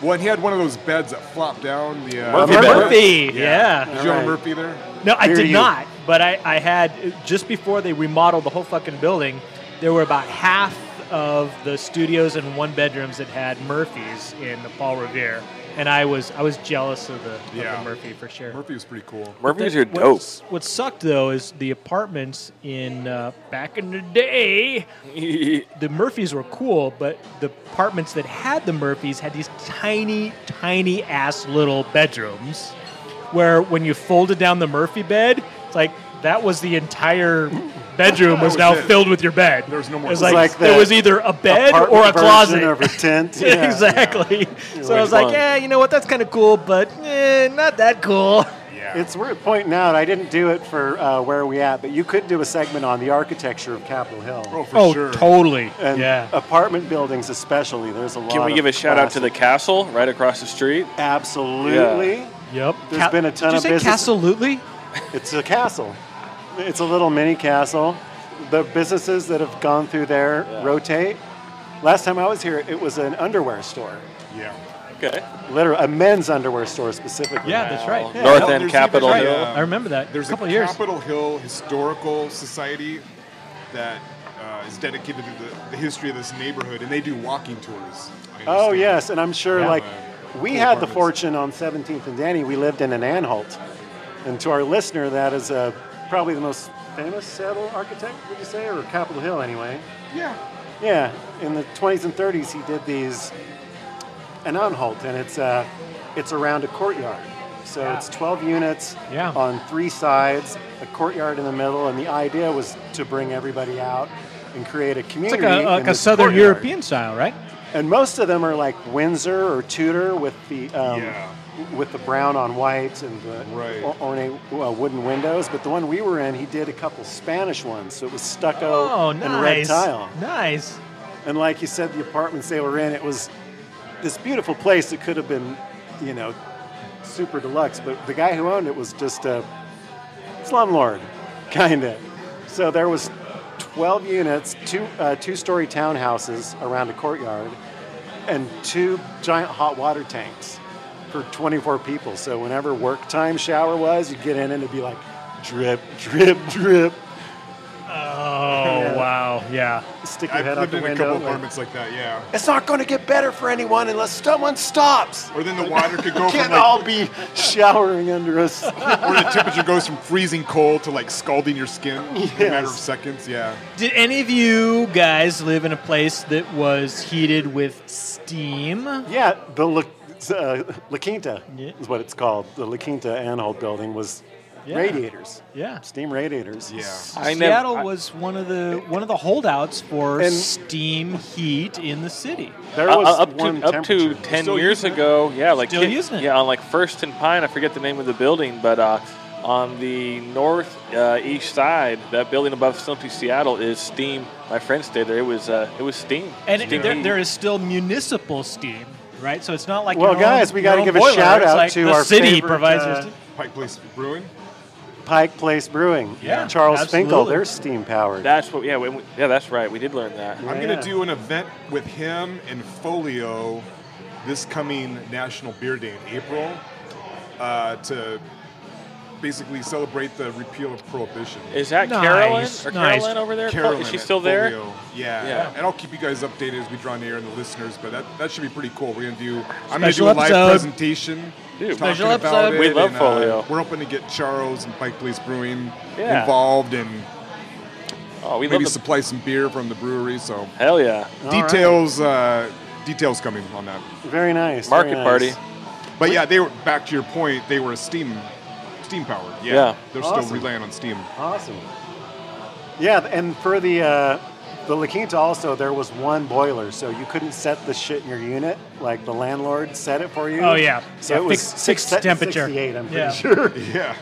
[SPEAKER 2] Well, and he had one of those beds that flopped down. The uh,
[SPEAKER 3] Murphy
[SPEAKER 2] the
[SPEAKER 3] bed.
[SPEAKER 1] Murphy, yeah.
[SPEAKER 2] Did you own a
[SPEAKER 4] Alright.
[SPEAKER 2] Murphy there?
[SPEAKER 1] No, I
[SPEAKER 4] Here
[SPEAKER 1] did
[SPEAKER 4] you-
[SPEAKER 1] not. But I, I had just before they remodeled the whole fucking building, there were about half of the studios and one bedrooms that had Murphys in the Paul Revere, and I was I was jealous of the,
[SPEAKER 2] Yeah.
[SPEAKER 1] of the Murphy for sure.
[SPEAKER 2] Murphy was pretty cool.
[SPEAKER 4] Oh,
[SPEAKER 3] Murphy's are dope.
[SPEAKER 1] What's- What sucked though is the apartments in uh, back in the day. The Murphys were cool, but the apartments that had the Murphys had these tiny, tiny ass little bedrooms, where when you folded down the Murphy bed, it's like that was the entire bedroom was
[SPEAKER 2] was
[SPEAKER 1] now
[SPEAKER 2] it.
[SPEAKER 1] filled with your bed. There
[SPEAKER 2] was no more
[SPEAKER 1] It was
[SPEAKER 2] room.
[SPEAKER 1] like,
[SPEAKER 4] It's like
[SPEAKER 1] there
[SPEAKER 4] the
[SPEAKER 1] was either a bed or a
[SPEAKER 4] Apartment
[SPEAKER 1] closet.
[SPEAKER 4] version of a tent. Yeah.
[SPEAKER 1] exactly. So I
[SPEAKER 3] Which
[SPEAKER 1] was like,
[SPEAKER 3] one?
[SPEAKER 1] yeah, you know what? That's kind of cool, but eh, not that cool.
[SPEAKER 2] Yeah.
[SPEAKER 4] It's worth pointing out, I didn't do it for uh, Where Are We At, but you could do a segment on the architecture of Capitol Hill.
[SPEAKER 2] oh for
[SPEAKER 1] oh,
[SPEAKER 2] sure.
[SPEAKER 1] totally.
[SPEAKER 4] And
[SPEAKER 1] yeah.
[SPEAKER 4] apartment buildings especially, there's a lot
[SPEAKER 3] Can we
[SPEAKER 4] of
[SPEAKER 3] give a shout out to the
[SPEAKER 4] classic-
[SPEAKER 3] castle right across the street?
[SPEAKER 4] Absolutely.
[SPEAKER 1] Yep.
[SPEAKER 4] There's been a ton
[SPEAKER 1] Did
[SPEAKER 4] of
[SPEAKER 1] you say
[SPEAKER 4] business-
[SPEAKER 1] Absolutely.
[SPEAKER 4] It's a castle. It's a little mini castle. The businesses that have gone through there
[SPEAKER 3] Yeah.
[SPEAKER 4] rotate. Last time I was here, it was an underwear store,
[SPEAKER 2] Yeah.
[SPEAKER 3] Okay. Uh,
[SPEAKER 4] literally a men's underwear store specifically.
[SPEAKER 1] Yeah, that's right.
[SPEAKER 3] North
[SPEAKER 2] Well,
[SPEAKER 3] End
[SPEAKER 2] there's
[SPEAKER 3] Capitol
[SPEAKER 2] even-
[SPEAKER 3] Hill.
[SPEAKER 2] right,
[SPEAKER 1] I remember that.
[SPEAKER 2] There's
[SPEAKER 1] a couple
[SPEAKER 2] a
[SPEAKER 1] of years.
[SPEAKER 2] Capitol Hill Historical Society that uh, is dedicated to the, the history of this neighborhood, and they do walking tours. I
[SPEAKER 4] Oh
[SPEAKER 2] understand.
[SPEAKER 4] yes, and I'm sure
[SPEAKER 1] Yeah.
[SPEAKER 4] like we
[SPEAKER 2] Cool
[SPEAKER 4] had the
[SPEAKER 2] apartments.
[SPEAKER 4] fortune on 17th and Danny. We lived in an Anhalt, and to our listener, that is uh, probably the most famous Seattle architect, would you say, or Capitol Hill anyway.
[SPEAKER 2] Yeah.
[SPEAKER 4] Yeah, in the 20s and 30s, he did these an Anhalt, and it's uh, it's around a courtyard. So it's 12 units
[SPEAKER 1] Yeah.
[SPEAKER 4] on three sides, a courtyard in the middle, and the idea was to bring everybody out and create a
[SPEAKER 5] It's like
[SPEAKER 4] community.
[SPEAKER 5] a, like
[SPEAKER 4] in
[SPEAKER 5] a
[SPEAKER 4] this
[SPEAKER 5] Southern
[SPEAKER 4] courtyard.
[SPEAKER 5] European style, right?
[SPEAKER 4] And most of them are like Windsor or Tudor with the um,
[SPEAKER 2] Yeah.
[SPEAKER 4] with the brown on white and the
[SPEAKER 2] Right.
[SPEAKER 4] or- ornate uh, wooden windows. But the one we were in, he did a couple Spanish ones, so it was stucco
[SPEAKER 5] Oh,
[SPEAKER 4] and
[SPEAKER 5] nice.
[SPEAKER 4] red tile.
[SPEAKER 5] Nice.
[SPEAKER 4] And like you said, the apartments they were in, it was this beautiful place that could have been, you know, super deluxe. But the guy who owned it was just a slumlord, kind of. So there was 12 units, two uh, two-story townhouses around a courtyard, and two giant hot water tanks for 24 people. So whenever work time shower was, you'd get in and it'd be like drip, drip, drip.
[SPEAKER 5] Oh, wow. Yeah.
[SPEAKER 4] Stick your
[SPEAKER 2] I've
[SPEAKER 4] head out
[SPEAKER 2] lived
[SPEAKER 4] the
[SPEAKER 2] in a
[SPEAKER 4] window.
[SPEAKER 2] couple
[SPEAKER 4] like-
[SPEAKER 2] apartments like that, yeah.
[SPEAKER 4] it's not going to get better for anyone unless someone stops.
[SPEAKER 2] Or then the water could go from
[SPEAKER 4] Can't
[SPEAKER 2] like,
[SPEAKER 4] all be showering under us.
[SPEAKER 2] or the temperature goes from freezing cold to like scalding your skin in a matter of
[SPEAKER 4] Yes.
[SPEAKER 2] seconds. Yeah.
[SPEAKER 5] Did any of you guys live in a place that was heated with steam?
[SPEAKER 4] yeah, the La, uh, La Quinta
[SPEAKER 5] Yeah.
[SPEAKER 4] is what it's called. The La Quinta Anhold building was
[SPEAKER 5] Yeah.
[SPEAKER 4] radiators,
[SPEAKER 5] Yeah.
[SPEAKER 4] steam radiators.
[SPEAKER 2] Yeah.
[SPEAKER 3] I never-
[SPEAKER 5] Seattle
[SPEAKER 3] I-
[SPEAKER 5] was one of the one of the holdouts for
[SPEAKER 4] And-
[SPEAKER 5] steam heat in the city.
[SPEAKER 4] There
[SPEAKER 3] Uh,
[SPEAKER 4] was
[SPEAKER 3] uh, up
[SPEAKER 4] one
[SPEAKER 3] to up to
[SPEAKER 4] temperature.
[SPEAKER 3] ten
[SPEAKER 2] Still
[SPEAKER 3] years ago, yeah, like
[SPEAKER 5] Still
[SPEAKER 3] ki-
[SPEAKER 5] using it.
[SPEAKER 3] yeah, on like First and Pine. I forget the name of the building, but uh, on the north uh, east side, that building above Stumpy Seattle is steam. My friend stayed there. It was uh, it was steam.
[SPEAKER 5] And
[SPEAKER 3] steam
[SPEAKER 5] there,
[SPEAKER 3] heat.
[SPEAKER 5] there is still municipal steam, right? So it's not like
[SPEAKER 4] Well,
[SPEAKER 5] your own-
[SPEAKER 4] guys, we
[SPEAKER 5] your
[SPEAKER 4] gotta
[SPEAKER 5] own
[SPEAKER 4] give a
[SPEAKER 5] boiler.
[SPEAKER 4] shout
[SPEAKER 5] It's
[SPEAKER 4] out
[SPEAKER 5] like
[SPEAKER 4] to
[SPEAKER 5] the
[SPEAKER 4] our
[SPEAKER 5] city
[SPEAKER 4] favorite,
[SPEAKER 5] provides your
[SPEAKER 4] uh,
[SPEAKER 5] steam.
[SPEAKER 2] Pike Place Brewing.
[SPEAKER 4] Pike Place Brewing.
[SPEAKER 5] Yeah,
[SPEAKER 4] Charles Finkel,
[SPEAKER 5] absolutely.
[SPEAKER 4] they're steam powered.
[SPEAKER 3] That's what. Yeah, when we, yeah, that's right. We did learn that.
[SPEAKER 2] I'm
[SPEAKER 4] Yeah.
[SPEAKER 2] gonna do an event with him and Folio this coming National Beer Day in April uh, to basically celebrate the repeal of prohibition.
[SPEAKER 3] Is that
[SPEAKER 5] Nice,
[SPEAKER 3] Carolyn or
[SPEAKER 5] nice.
[SPEAKER 3] Carolyn over there? Fo-
[SPEAKER 2] Carolyn
[SPEAKER 3] is she
[SPEAKER 2] at
[SPEAKER 3] still there?
[SPEAKER 2] Folio. Yeah.
[SPEAKER 3] Yeah.
[SPEAKER 2] and I'll keep you guys updated as we draw near and the listeners. But that, that should be pretty cool. We're gonna do. I'm gonna
[SPEAKER 5] Special
[SPEAKER 2] do a live
[SPEAKER 5] episode.
[SPEAKER 2] presentation.
[SPEAKER 3] Dude,
[SPEAKER 2] talking
[SPEAKER 5] special
[SPEAKER 2] about
[SPEAKER 5] episode.
[SPEAKER 2] it,
[SPEAKER 3] We love
[SPEAKER 2] and, uh,
[SPEAKER 3] Folio.
[SPEAKER 2] We're hoping to get Charles and Pike Place Brewing
[SPEAKER 3] Yeah.
[SPEAKER 2] involved and
[SPEAKER 3] Oh, we
[SPEAKER 2] maybe
[SPEAKER 3] love the,
[SPEAKER 2] supply some beer from the brewery. So
[SPEAKER 3] Hell yeah!
[SPEAKER 4] All right.
[SPEAKER 2] details uh, details coming on that.
[SPEAKER 4] Very nice. very
[SPEAKER 3] Market
[SPEAKER 4] nice.
[SPEAKER 3] party.
[SPEAKER 2] But yeah, they were back to your point. They were a steam steam powered. Yeah,
[SPEAKER 3] Yeah.
[SPEAKER 2] they're
[SPEAKER 4] Awesome.
[SPEAKER 2] still relying on steam.
[SPEAKER 4] Awesome. Yeah, and for the uh, the La Quinta also, there was one boiler, so you couldn't set the shit in your unit. Like the landlord set it for you.
[SPEAKER 5] Oh, yeah.
[SPEAKER 4] So
[SPEAKER 5] Yeah,
[SPEAKER 4] it was
[SPEAKER 5] fixed-
[SPEAKER 4] six
[SPEAKER 5] fixed temperature.
[SPEAKER 4] 68, I'm pretty
[SPEAKER 5] Yeah.
[SPEAKER 4] sure.
[SPEAKER 2] Yeah,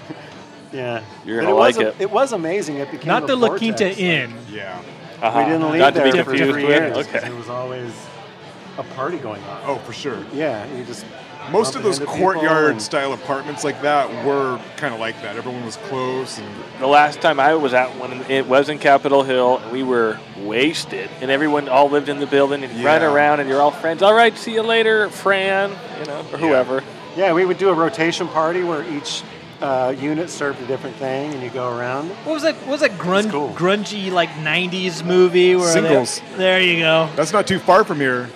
[SPEAKER 4] Yeah.
[SPEAKER 3] You're
[SPEAKER 4] But
[SPEAKER 3] gonna
[SPEAKER 4] it was
[SPEAKER 3] like
[SPEAKER 4] a-
[SPEAKER 3] it.
[SPEAKER 4] It was amazing. It became
[SPEAKER 5] Not
[SPEAKER 4] a
[SPEAKER 5] the La
[SPEAKER 4] vortex.
[SPEAKER 5] Quinta Inn.
[SPEAKER 2] yeah.
[SPEAKER 3] Uh-huh.
[SPEAKER 4] We didn't leave
[SPEAKER 3] Not to
[SPEAKER 4] there
[SPEAKER 3] be
[SPEAKER 4] for
[SPEAKER 3] confused
[SPEAKER 4] three
[SPEAKER 3] with.
[SPEAKER 4] years. 'cause
[SPEAKER 3] Okay.
[SPEAKER 4] There was always a party going on.
[SPEAKER 2] Oh, for sure.
[SPEAKER 4] Yeah, you just
[SPEAKER 2] Most
[SPEAKER 4] bumping
[SPEAKER 2] of those
[SPEAKER 4] into people
[SPEAKER 2] courtyard
[SPEAKER 4] and-
[SPEAKER 2] style apartments like that were kind of like that. Everyone was close, and
[SPEAKER 3] The last time I was at one, it was in Capitol Hill, and we were wasted, and everyone all lived in the building and
[SPEAKER 2] Yeah.
[SPEAKER 3] ran around, and you're all friends. All right, see you later, Fran, you know, or whoever.
[SPEAKER 4] Yeah, we would do a rotation party where each uh, unit served a different thing, and you go around.
[SPEAKER 5] What was that? What was that grun-
[SPEAKER 4] It's cool.
[SPEAKER 5] grungy like '90s movie where they-
[SPEAKER 2] Singles.
[SPEAKER 5] there you go.
[SPEAKER 2] that's not too far from here.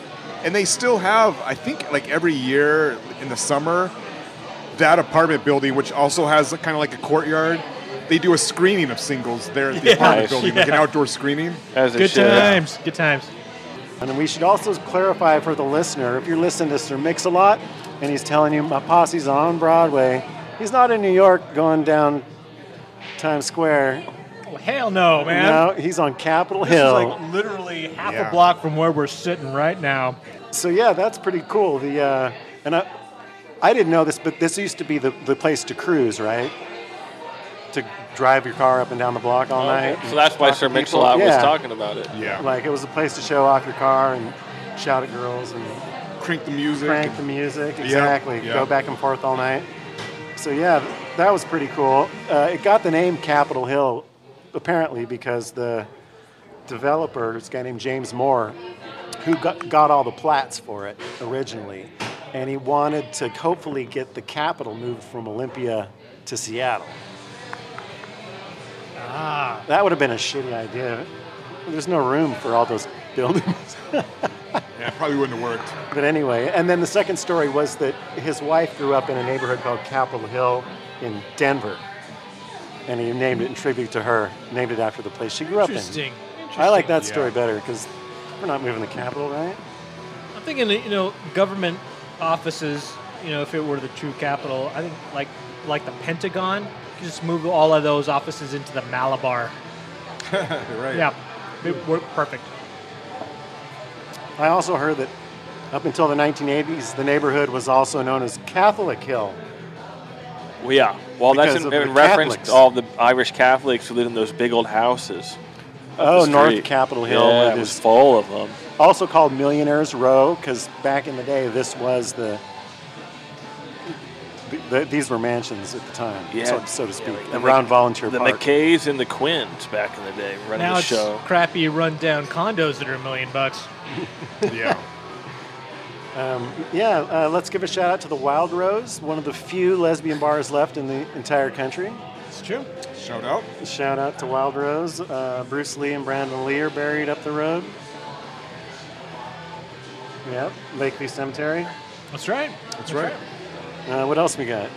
[SPEAKER 2] And they still have, I think, like every year in the summer, that apartment building, which also has kind of like a courtyard. They do a screening of singles there at the apartment
[SPEAKER 3] Nice.
[SPEAKER 2] building, like an outdoor screening.
[SPEAKER 3] As they
[SPEAKER 5] Good
[SPEAKER 3] should.
[SPEAKER 5] times. Good times.
[SPEAKER 4] And we should also clarify for the listener if you're listening to Sir Mix a lot and he's telling you my posse's on Broadway, he's not in New York going down Times Square.
[SPEAKER 5] Well, hell no, man.
[SPEAKER 4] No, he's on Capitol
[SPEAKER 5] This is
[SPEAKER 4] Hill.
[SPEAKER 5] like literally half
[SPEAKER 2] Yeah.
[SPEAKER 5] a block from where we're sitting right now.
[SPEAKER 4] so yeah, that's pretty cool. The uh, and I, I didn't know this, but this used to be the, the place to cruise, right? To drive your car up and down the block all
[SPEAKER 3] Okay,
[SPEAKER 4] night.
[SPEAKER 3] So that's why Sir
[SPEAKER 4] Mix
[SPEAKER 3] Mix-a-Lot was talking about it.
[SPEAKER 2] Yeah,
[SPEAKER 4] Like it was a place to show off your car and shout at girls and
[SPEAKER 2] crank the music.
[SPEAKER 4] crank
[SPEAKER 2] and-
[SPEAKER 4] the music. Exactly.
[SPEAKER 2] yeah.
[SPEAKER 4] Go back and forth all night. So yeah, th- that was pretty cool. Uh, it got the name Capitol Hill, apparently because the developer, this guy named James Moore, who got, got all the plats for it originally, and he wanted to hopefully get the Capitol moved from Olympia to Seattle. Ah, that would have been a shitty idea. There's no room for all those buildings.
[SPEAKER 2] Yeah, it probably wouldn't have worked.
[SPEAKER 4] But anyway, and then the second story was that his wife grew up in a neighborhood called Capitol Hill in Denver. And he named it in tribute to her, named it after the place she grew up in.
[SPEAKER 5] Interesting.
[SPEAKER 4] I like that
[SPEAKER 2] Yeah.
[SPEAKER 4] story better because we're not moving the capital, right?
[SPEAKER 5] I'm thinking, that, you know, government offices. You know, if it were the true capital, I think like like the Pentagon, you just move all of those offices into the Malabar.
[SPEAKER 2] You're right.
[SPEAKER 5] Yeah. It worked perfect.
[SPEAKER 4] I also heard that up until the 1980s, the neighborhood was also known as Catholic Hill.
[SPEAKER 3] Well, yeah. Well, that's
[SPEAKER 4] Because
[SPEAKER 3] in,
[SPEAKER 4] of the
[SPEAKER 3] in reference
[SPEAKER 4] Catholics.
[SPEAKER 3] to all the Irish Catholics who live in those big old houses. up the
[SPEAKER 4] Oh, North
[SPEAKER 3] street.
[SPEAKER 4] Capitol Hill,
[SPEAKER 3] Yeah,
[SPEAKER 4] where
[SPEAKER 3] it was
[SPEAKER 4] this-
[SPEAKER 3] full of them.
[SPEAKER 4] Also called Millionaires Row, because back in the day, this was the, th th these were mansions at the time,
[SPEAKER 3] Yeah.
[SPEAKER 4] so, so to speak,
[SPEAKER 3] The
[SPEAKER 4] around
[SPEAKER 3] Mc-
[SPEAKER 4] Volunteer
[SPEAKER 3] The
[SPEAKER 4] Park.
[SPEAKER 3] McKays and the Quins back in the day running
[SPEAKER 5] Now
[SPEAKER 3] the
[SPEAKER 5] it's
[SPEAKER 3] show.
[SPEAKER 5] crappy rundown condos that are a million bucks.
[SPEAKER 2] Yeah.
[SPEAKER 4] Um, yeah, uh, let's give a shout out to the Wild Rose, one of the few lesbian bars left in the entire country.
[SPEAKER 5] It's true.
[SPEAKER 2] Shout out.
[SPEAKER 4] Shout out to Wild Rose. Uh, Bruce Lee and Brandon Lee are buried up the road. Yep, Lakeview Cemetery.
[SPEAKER 5] That's right. That's
[SPEAKER 2] right.
[SPEAKER 4] Uh, what else we got?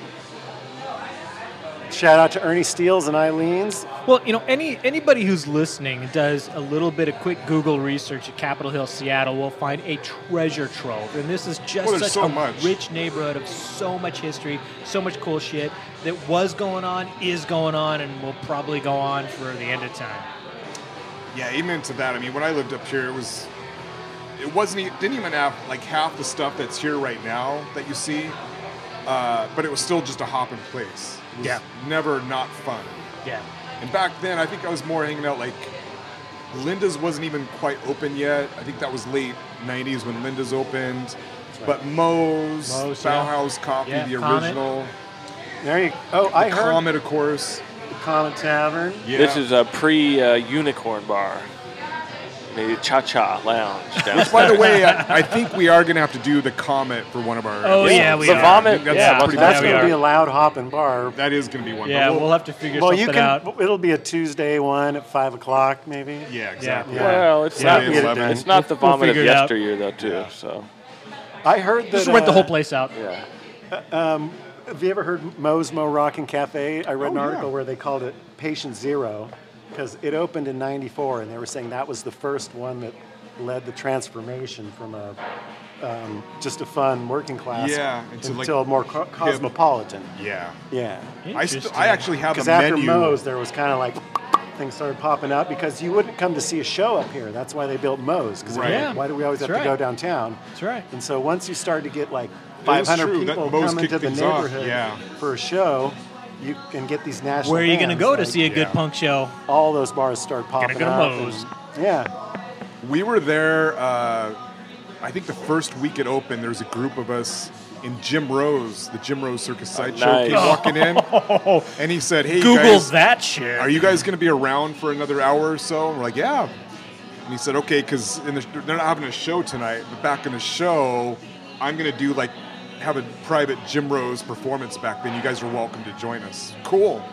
[SPEAKER 4] Shout out to Ernie Steele's and Eileen's.
[SPEAKER 5] Well, you know, any anybody who's listening and does a little bit of quick Google research at Capitol Hill, Seattle, will find a treasure trove. And this is just
[SPEAKER 2] Well, there's
[SPEAKER 5] such
[SPEAKER 2] so
[SPEAKER 5] a
[SPEAKER 2] much.
[SPEAKER 5] rich neighborhood of so much history, so much cool shit that was going on, is going on, and will probably go on for the end of time.
[SPEAKER 2] Yeah, amen to that. I mean, when I lived up here, it was, it wasn't, e- didn't even have like half the stuff that's here right now that you see, uh, but it was still just a hop in place. It was
[SPEAKER 5] Yeah.
[SPEAKER 2] Never not fun.
[SPEAKER 5] Yeah.
[SPEAKER 2] And back then, I think I was more hanging out like, Linda's wasn't even quite open yet. I think that was late 90s when Linda's opened. But Moe's,
[SPEAKER 5] Moe's, yeah.
[SPEAKER 2] Bauhaus Coffee,
[SPEAKER 5] Yeah,
[SPEAKER 2] the
[SPEAKER 5] Comet.
[SPEAKER 2] original,
[SPEAKER 4] There you Oh, I heard
[SPEAKER 2] Comet, of course.
[SPEAKER 4] the Comet Tavern.
[SPEAKER 2] Yeah.
[SPEAKER 3] This is a pre uh, unicorn bar. Maybe Cha Cha Lounge. down-
[SPEAKER 2] By the way, I, I think we are going to have to do the Comet for one of our.
[SPEAKER 5] Oh,
[SPEAKER 2] episodes.
[SPEAKER 5] yeah, we
[SPEAKER 3] the
[SPEAKER 5] are.
[SPEAKER 3] vomit.
[SPEAKER 2] That's
[SPEAKER 3] yeah,
[SPEAKER 2] pretty
[SPEAKER 4] That's
[SPEAKER 2] Yeah,
[SPEAKER 4] going
[SPEAKER 2] we
[SPEAKER 4] to be
[SPEAKER 2] are.
[SPEAKER 4] a loud hopping bar.
[SPEAKER 2] That is going to be one.
[SPEAKER 5] Yeah,
[SPEAKER 2] but
[SPEAKER 5] we'll,
[SPEAKER 2] we'll-
[SPEAKER 5] have to figure
[SPEAKER 4] Well, you
[SPEAKER 5] something
[SPEAKER 4] can.
[SPEAKER 5] out.
[SPEAKER 4] It'll be a Tuesday one at five o'clock, maybe.
[SPEAKER 2] Yeah, exactly.
[SPEAKER 4] Yeah.
[SPEAKER 3] Well, it's
[SPEAKER 4] Yeah,
[SPEAKER 3] not.
[SPEAKER 4] we get it done.
[SPEAKER 3] It's not the
[SPEAKER 5] We'll
[SPEAKER 3] vomit of
[SPEAKER 5] figure it out.
[SPEAKER 3] yesteryear though, too. So
[SPEAKER 4] I heard that.
[SPEAKER 5] Just rent the
[SPEAKER 4] uh,
[SPEAKER 5] whole place out.
[SPEAKER 3] yeah,
[SPEAKER 4] Have you ever heard Moe's Mo Rock and Cafe? I read an
[SPEAKER 2] Oh, yeah.
[SPEAKER 4] article where they called it Patient Zero because it opened in '94, and they were saying that was the first one that led the transformation from a um, just a fun working class
[SPEAKER 2] Yeah, into, like,
[SPEAKER 4] until more co- cosmopolitan.
[SPEAKER 2] Yeah.
[SPEAKER 4] Yeah,
[SPEAKER 2] I, st- I actually have
[SPEAKER 4] because
[SPEAKER 2] a
[SPEAKER 4] after
[SPEAKER 2] menu.
[SPEAKER 4] Moe's, there was kind of like things started popping up because you wouldn't come to see a show up here. That's why they built Moe's. Because
[SPEAKER 2] Right.
[SPEAKER 5] Yeah.
[SPEAKER 4] why do we always
[SPEAKER 5] That's
[SPEAKER 4] have to go
[SPEAKER 5] right.
[SPEAKER 4] downtown?
[SPEAKER 5] That's right.
[SPEAKER 4] And so once you start to get like
[SPEAKER 2] That is
[SPEAKER 4] 500
[SPEAKER 2] true. That
[SPEAKER 4] people
[SPEAKER 2] Moe's
[SPEAKER 4] coming
[SPEAKER 2] kicked
[SPEAKER 4] to the
[SPEAKER 2] things off,
[SPEAKER 4] neighborhood
[SPEAKER 2] yeah.
[SPEAKER 4] for a show, you can get these national.
[SPEAKER 5] Where are you going to
[SPEAKER 4] bands,
[SPEAKER 5] go to
[SPEAKER 4] like,
[SPEAKER 5] see a good
[SPEAKER 2] yeah.
[SPEAKER 5] punk show?
[SPEAKER 4] All those bars start popping
[SPEAKER 5] go to
[SPEAKER 4] up.
[SPEAKER 5] Moe's.
[SPEAKER 4] and- yeah,
[SPEAKER 2] We were there, uh, I think the first week it opened, there was a group of us in Jim Rose, the Jim Rose Circus Sideshow,
[SPEAKER 3] nice.
[SPEAKER 2] came walking in. And he said, hey, you
[SPEAKER 5] Google
[SPEAKER 2] guys,
[SPEAKER 5] that shit.
[SPEAKER 2] are you guys going to be around for another hour or so? And we're like, yeah. And he said, okay, because the, they're not having a show tonight, but back in the show, I'm going to do like, have a private Jim Rose performance back then. You guys are welcome to join us. Cool.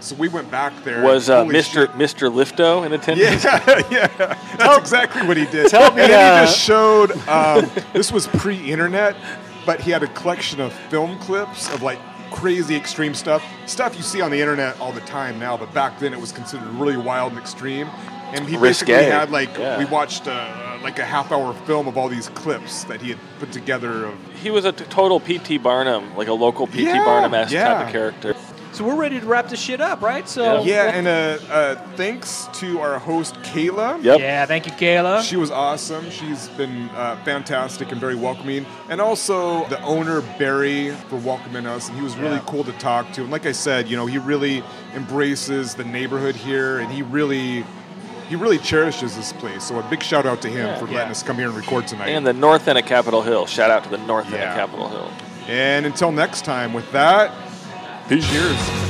[SPEAKER 2] So we went back there.
[SPEAKER 3] was uh,
[SPEAKER 2] Holy
[SPEAKER 3] Mr.
[SPEAKER 2] shit.
[SPEAKER 3] Mr. Lifto in attendance?
[SPEAKER 2] Yeah, yeah. That's exactly what he did.
[SPEAKER 4] tell me,
[SPEAKER 2] and then
[SPEAKER 4] uh,
[SPEAKER 2] he just showed um, this was pre-internet, but he had a collection of film clips of like crazy extreme stuff, stuff you see on the internet all the time now, but back then it was considered really wild and extreme. And he
[SPEAKER 3] Risque,
[SPEAKER 2] basically had like
[SPEAKER 3] yeah.
[SPEAKER 2] we watched uh, like a half-hour film of all these clips that he had put together. Of
[SPEAKER 3] He was a t- total P.T. Barnum, like a local P.T.
[SPEAKER 2] Yeah,
[SPEAKER 3] Barnum esque type
[SPEAKER 2] yeah.
[SPEAKER 3] of character.
[SPEAKER 5] So we're ready to wrap this shit up, right?
[SPEAKER 1] Oh,
[SPEAKER 5] So
[SPEAKER 2] yeah, and uh, uh, thanks to our host Kayla.
[SPEAKER 3] Yep.
[SPEAKER 5] yeah. Thank you, Kayla.
[SPEAKER 2] She was awesome. She's been uh, fantastic and very welcoming. And also the owner, Barry, for welcoming us. And he was really cool to talk to. And like I said, you know, he really embraces the neighborhood here and he really. He really cherishes this place, so a big shout out to him for letting
[SPEAKER 5] Yeah.
[SPEAKER 2] us come here and record tonight.
[SPEAKER 3] And the North End of Capitol Hill. Shout out to the North End
[SPEAKER 2] Yeah.
[SPEAKER 3] of Capitol Hill.
[SPEAKER 2] And until next time, with that, cheers.